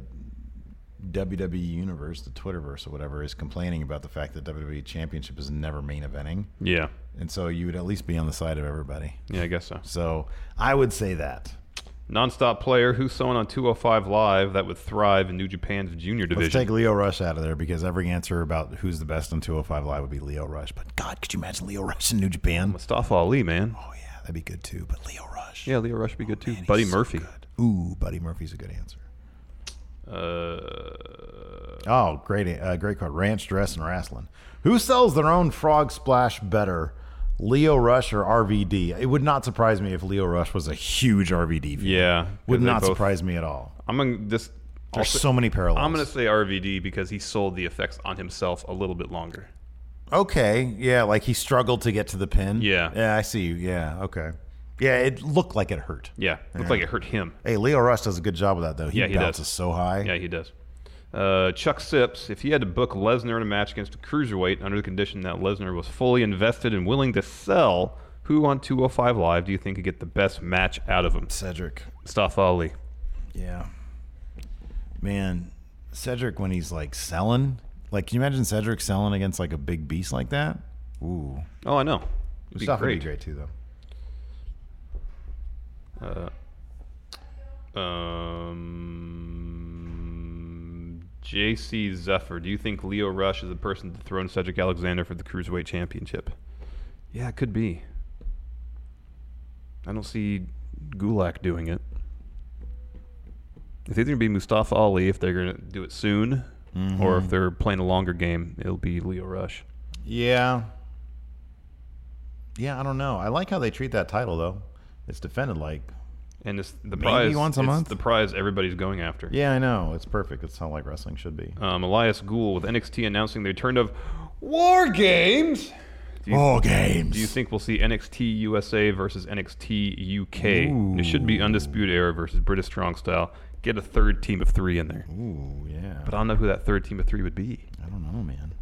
Speaker 6: WWE universe, the Twitterverse or whatever, is complaining about the fact that WWE Championship is never main eventing
Speaker 7: Yeah.
Speaker 6: and so you would at least be on the side of everybody.
Speaker 7: Yeah, I guess so.
Speaker 6: So I would say that.
Speaker 7: Nonstop player, who's someone on 205 Live that would thrive in New Japan's junior
Speaker 6: Let's
Speaker 7: division?
Speaker 6: take Leo Rush out of there because every answer about who's the best on 205 Live would be Leo Rush. But God, could you imagine Leo Rush in New Japan?
Speaker 7: Mustafa Ali, man.
Speaker 6: Oh yeah, that'd be good too. But Leo Rush.
Speaker 7: Yeah, Leo Rush would be good too.
Speaker 6: he's
Speaker 7: Buddy
Speaker 6: so
Speaker 7: Murphy.
Speaker 6: Ooh, Buddy Murphy's a good answer.
Speaker 7: Uh,
Speaker 6: Oh, great, uh, great card. Ranch dress and wrestling. Who sells their own frog splash better, Leo Rush or RVD? It would not surprise me if Leo Rush was a huge RVD. Fan.
Speaker 7: yeah.
Speaker 6: would
Speaker 7: they
Speaker 6: not
Speaker 7: both-
Speaker 6: surprise me at all.
Speaker 7: I'm going to just.
Speaker 6: There's so many parallels.
Speaker 7: I'm going to say RVD because he sold the effects on himself a little bit longer.
Speaker 6: Okay. Yeah, like he struggled to get to the pin.
Speaker 7: Yeah.
Speaker 6: Yeah, I see you. Yeah. Okay. Yeah, it looked like it hurt.
Speaker 7: Yeah, looked like it hurt him.
Speaker 6: Hey, Leo Rush does a good job of that though. He
Speaker 7: Yeah, he
Speaker 6: bounces
Speaker 7: does.
Speaker 6: so high.
Speaker 7: Yeah, he does. Uh, Chuck Sips, if he had to book Lesnar in a match against a cruiserweight under the condition that Lesnar was fully invested and willing to sell, who on 205 Live do you think could get the best match out of him?
Speaker 6: Cedric.
Speaker 7: Mustafa Ali.
Speaker 6: Yeah. Man, Cedric when he's like selling, like can you imagine Cedric selling against like a big beast like that? Ooh.
Speaker 7: Oh, I know. It'd be
Speaker 6: Mustafa would
Speaker 7: great.
Speaker 6: be great too though.
Speaker 7: Um, JC Zephyr, do you think Leo Rush is the person to throw in Cedric Alexander for the Cruiserweight Championship? Yeah, it could be. I don't see Gulak doing it. It's either gonna be Mustafa Ali if they're gonna do it soon, or
Speaker 6: Mm-hmm.
Speaker 7: if they're playing a longer game, it'll be Leo Rush.
Speaker 6: Yeah. Yeah, I don't know. I like how they treat that title though. It's defended like.
Speaker 7: And it's the
Speaker 6: Maybe
Speaker 7: prize
Speaker 6: once a
Speaker 7: it's
Speaker 6: month?
Speaker 7: The prize everybody's going after.
Speaker 6: Yeah, I know. It's perfect. It's how like wrestling should be.
Speaker 7: Um, Elias Gould with NXT announcing the return of War Games. Do you,
Speaker 6: Oh, games.
Speaker 7: Oh, do you think we'll see NXT USA versus NXT UK? It should be Undisputed Era versus British Strong Style. Get a third team of three in there.
Speaker 6: Ooh, yeah.
Speaker 7: But I don't know who that third team of three would be.
Speaker 6: I don't know, man.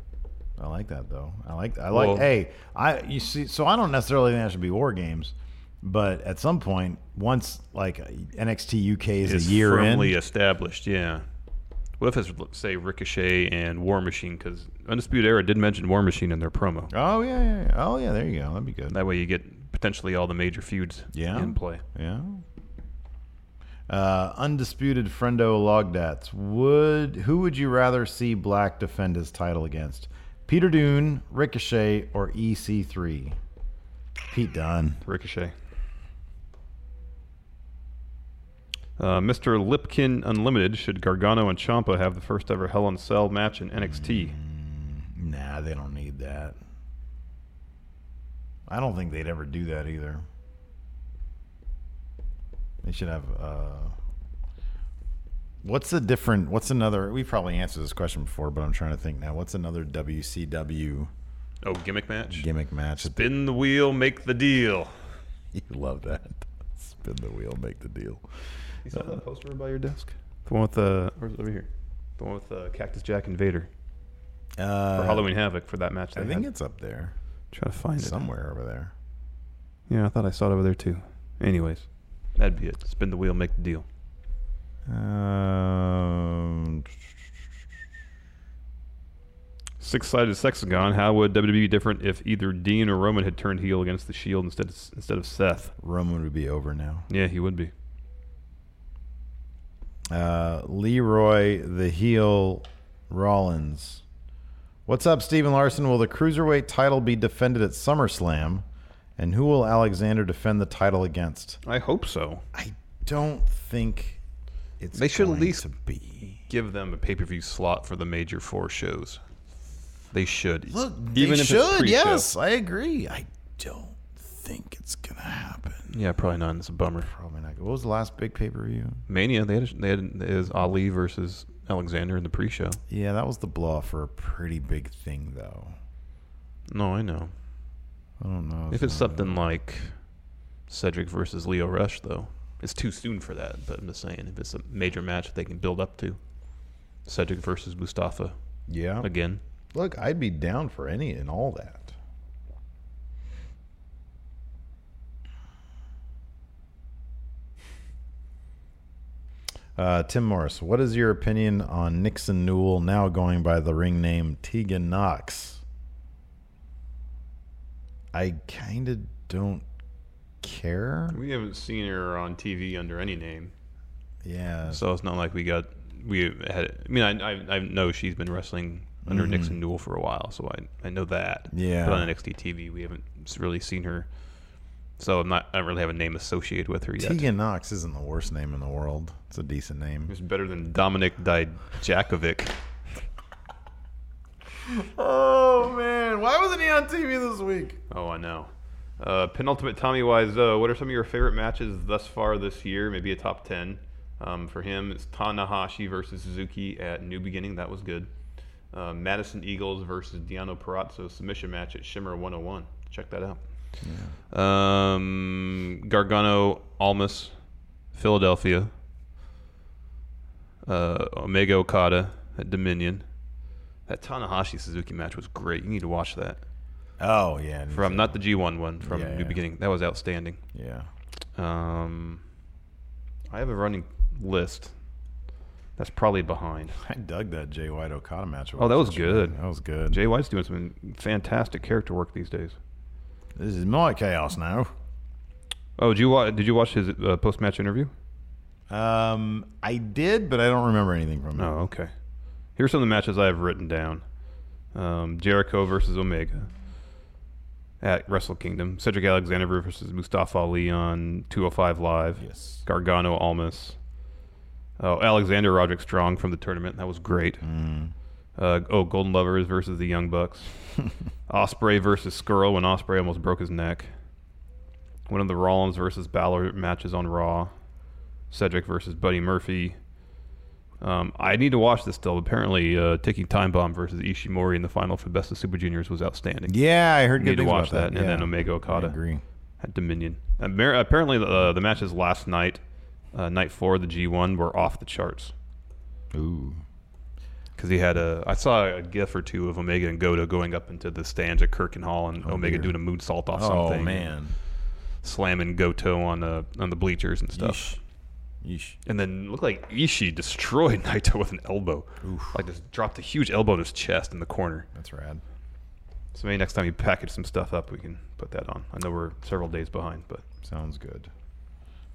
Speaker 6: I like that though. I like I like
Speaker 7: Well-
Speaker 6: hey, I you see so I don't necessarily think that should be war games, but at some point once like NXT UK is
Speaker 7: It's
Speaker 6: a year in
Speaker 7: firmly established, yeah. What if it's, say, Ricochet and War Machine? Because Undisputed Era did mention War Machine in their promo.
Speaker 6: Oh yeah, yeah, yeah. Oh yeah, there you go. That'd be good.
Speaker 7: That way you get potentially all the major feuds
Speaker 6: Yeah.
Speaker 7: in play.
Speaker 6: Yeah. Uh, undisputed friendo logdats. Would who would you rather see Black defend his title against? Peter Dune, Ricochet, or EC3? Pete Dunne.
Speaker 7: Ricochet. Uh, Mr. Lipkin Unlimited. Should Gargano and Champa have the first ever Hell in a Cell match in NXT?
Speaker 6: Nah, they don't need that. I don't think they'd ever do that either. They should have. Uh, what's a different? What's another? We probably answered this question before, but I'm trying to think now. What's another WCW
Speaker 7: Oh, gimmick match.
Speaker 6: gimmick match?
Speaker 7: Spin the wheel, make the deal.
Speaker 6: You love that. Spin the wheel, make the deal.
Speaker 7: You saw that poster by your desk? The one with the where's it over here? The one with uh, Cactus Jack and Vader for
Speaker 6: Uh,
Speaker 7: Halloween Havoc for that match.
Speaker 6: I
Speaker 7: they
Speaker 6: think
Speaker 7: had.
Speaker 6: it's up there
Speaker 7: trying to find
Speaker 6: somewhere over there.
Speaker 7: it. Yeah, I thought I saw it over there too. Anyways, that'd be it. Spin the wheel, make the deal.
Speaker 6: Um,
Speaker 7: Six-sided sexagon. How would WWE be different if either Dean or Roman had turned heel against the Shield instead of, instead of Seth?
Speaker 6: Roman would be over now.
Speaker 7: Yeah, he would be.
Speaker 6: Uh, Leroy the heel Rollins. What's up, Steven Larson? Will the cruiserweight title be defended at SummerSlam? And who will Alexander defend the title against?
Speaker 7: I hope so.
Speaker 6: I don't think it's
Speaker 7: They should at
Speaker 6: going
Speaker 7: least-
Speaker 6: to be.
Speaker 7: Give them a pay-per-view slot for the major four shows. They should.
Speaker 6: Look,
Speaker 7: Even
Speaker 6: they
Speaker 7: if it's
Speaker 6: should.
Speaker 7: pre-show.
Speaker 6: yes, I agree. I don't think it's gonna happen.
Speaker 7: Yeah, probably not. It's a bummer.
Speaker 6: Probably not. What was the last big pay per view?
Speaker 7: Mania. They had they had it was Ali versus Alexander in the pre-show.
Speaker 6: Yeah, that was the blow for a pretty big thing, though.
Speaker 7: No, I know.
Speaker 6: I don't know.
Speaker 7: If it's something like Cedric versus Leo Rush, though, it's too soon for that. But I'm just saying, if it's a major match that they can build up to, Cedric versus Mustafa
Speaker 6: yeah.
Speaker 7: again.
Speaker 6: Look, I'd be down for any and all that. Uh, Tim Morris, what is your opinion on Nixon Newell now going by the ring name Tegan Knox? I kind of don't care.
Speaker 7: We haven't seen her on TV under any name,
Speaker 6: Yeah.
Speaker 7: so it's not like we got we had. I mean, I I, I know she's been wrestling under Nixon Newell for a while, so I I know that.
Speaker 6: Yeah.
Speaker 7: But on NXT TV, we haven't really seen her. So I'm not. I don't really have a name associated with her yet.
Speaker 6: Tegan Knox isn't the worst name in the world. It's a decent name.
Speaker 7: It's better than Dominic Dijakovic.
Speaker 6: Oh, man. Why wasn't he on TV this week?
Speaker 7: Oh, I know. Uh, penultimate Tommy Wiseau. What are some of your favorite matches thus far this year? Maybe a top ten. Um, for him, it's Tanahashi versus Suzuki at New Beginning. That was good. Uh, Madison Eagles versus Deano Perazzo submission match at Shimmer 101. Check that out. Um, Gargano Almas, Philadelphia. Uh, Omega Okada at Dominion. That Tanahashi Suzuki match was great. You need to watch that
Speaker 6: Oh, yeah.
Speaker 7: from not the G1 one from
Speaker 6: Yeah,
Speaker 7: New
Speaker 6: yeah.
Speaker 7: Beginning. That was outstanding.
Speaker 6: Yeah.
Speaker 7: Um, I have a running list. That's probably behind.
Speaker 6: I dug that Jay White Okada match.
Speaker 7: Oh, that was good.
Speaker 6: That was good.
Speaker 7: Jay White's doing some fantastic character work these days.
Speaker 6: this is my chaos now.
Speaker 7: Oh, did you watch? Did you watch his uh, post-match interview?
Speaker 6: Um, I did, but I don't remember anything from it.
Speaker 7: Oh, okay. Here's some of the matches I have written down: um, Jericho versus Omega at Wrestle Kingdom, Cedric Alexander versus Mustafa Ali on 205 Live,
Speaker 6: Yes.
Speaker 7: Gargano Almas, Oh, Alexander Roderick Strong from the tournament. That was great. Uh, oh, Golden Lovers versus the Young Bucks. Osprey versus Skrull when Osprey almost broke his neck. One of the Rollins versus Balor matches on Raw. Cedric versus Buddy Murphy. Um, I need to watch this still. Apparently, uh, taking Time Bomb versus Ishimori in the final for Best of Super Juniors was outstanding.
Speaker 6: Yeah, I heard
Speaker 7: I
Speaker 6: good
Speaker 7: need to
Speaker 6: things
Speaker 7: watch
Speaker 6: about
Speaker 7: that.
Speaker 6: that.
Speaker 7: And then
Speaker 6: Yeah.
Speaker 7: Omega Okada
Speaker 6: I agree.
Speaker 7: at Dominion. Amer- apparently, uh, the matches last night, uh, night four of the G1, were off the charts.
Speaker 6: Ooh.
Speaker 7: Because he had a, I saw a gif or two of Omega and Goto going up into the stands at Kirkenhall and Omega
Speaker 6: Oh, dear.
Speaker 7: doing a moonsault off
Speaker 6: Oh
Speaker 7: something,
Speaker 6: man.
Speaker 7: slamming Goto on uh, on the bleachers and stuff.
Speaker 6: Yeesh. Yeesh.
Speaker 7: And then looked like Ishii destroyed Naito with an elbow, like just dropped a huge elbow in his chest in the corner.
Speaker 6: That's rad.
Speaker 7: So maybe next time you package some stuff up, we can put that on. I know we're several days behind, but
Speaker 6: Sounds good.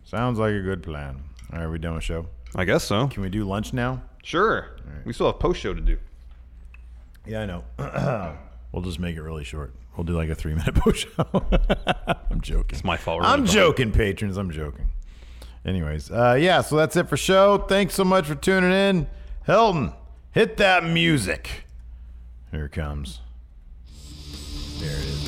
Speaker 6: Sounds like a good plan. All right, we done with show.
Speaker 7: I guess so.
Speaker 6: Can we do lunch now?
Speaker 7: Sure, we still have post show to do.
Speaker 6: Yeah, I know. we'll just make it really short. We'll do like a three minute post show. I'm joking.
Speaker 7: It's my fault. We're
Speaker 6: I'm
Speaker 7: on the phone.
Speaker 6: joking, patrons. I'm joking. Anyways, uh, yeah, so that's it for show. Thanks so much for tuning in. Helton, hit that music. Here it comes. There it is.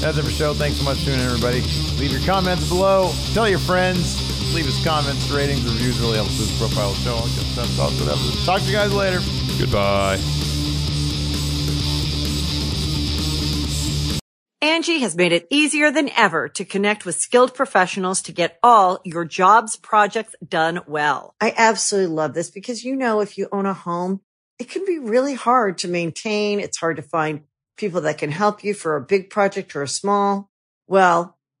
Speaker 6: That's it for show. Thanks so much for tuning in, everybody. Leave your comments below. Tell your friends. Leave us comments, ratings, reviews. Really helps this profile of the show. All that good stuff. Talk to them. Talk to you guys later.
Speaker 7: Goodbye.
Speaker 8: Angie has made it easier than ever to connect with skilled professionals to get all your jobs projects done well. I absolutely love this because, you know, if you own a home, it can be really hard to maintain. It's hard to find people that can help you for a big project or a small. Well,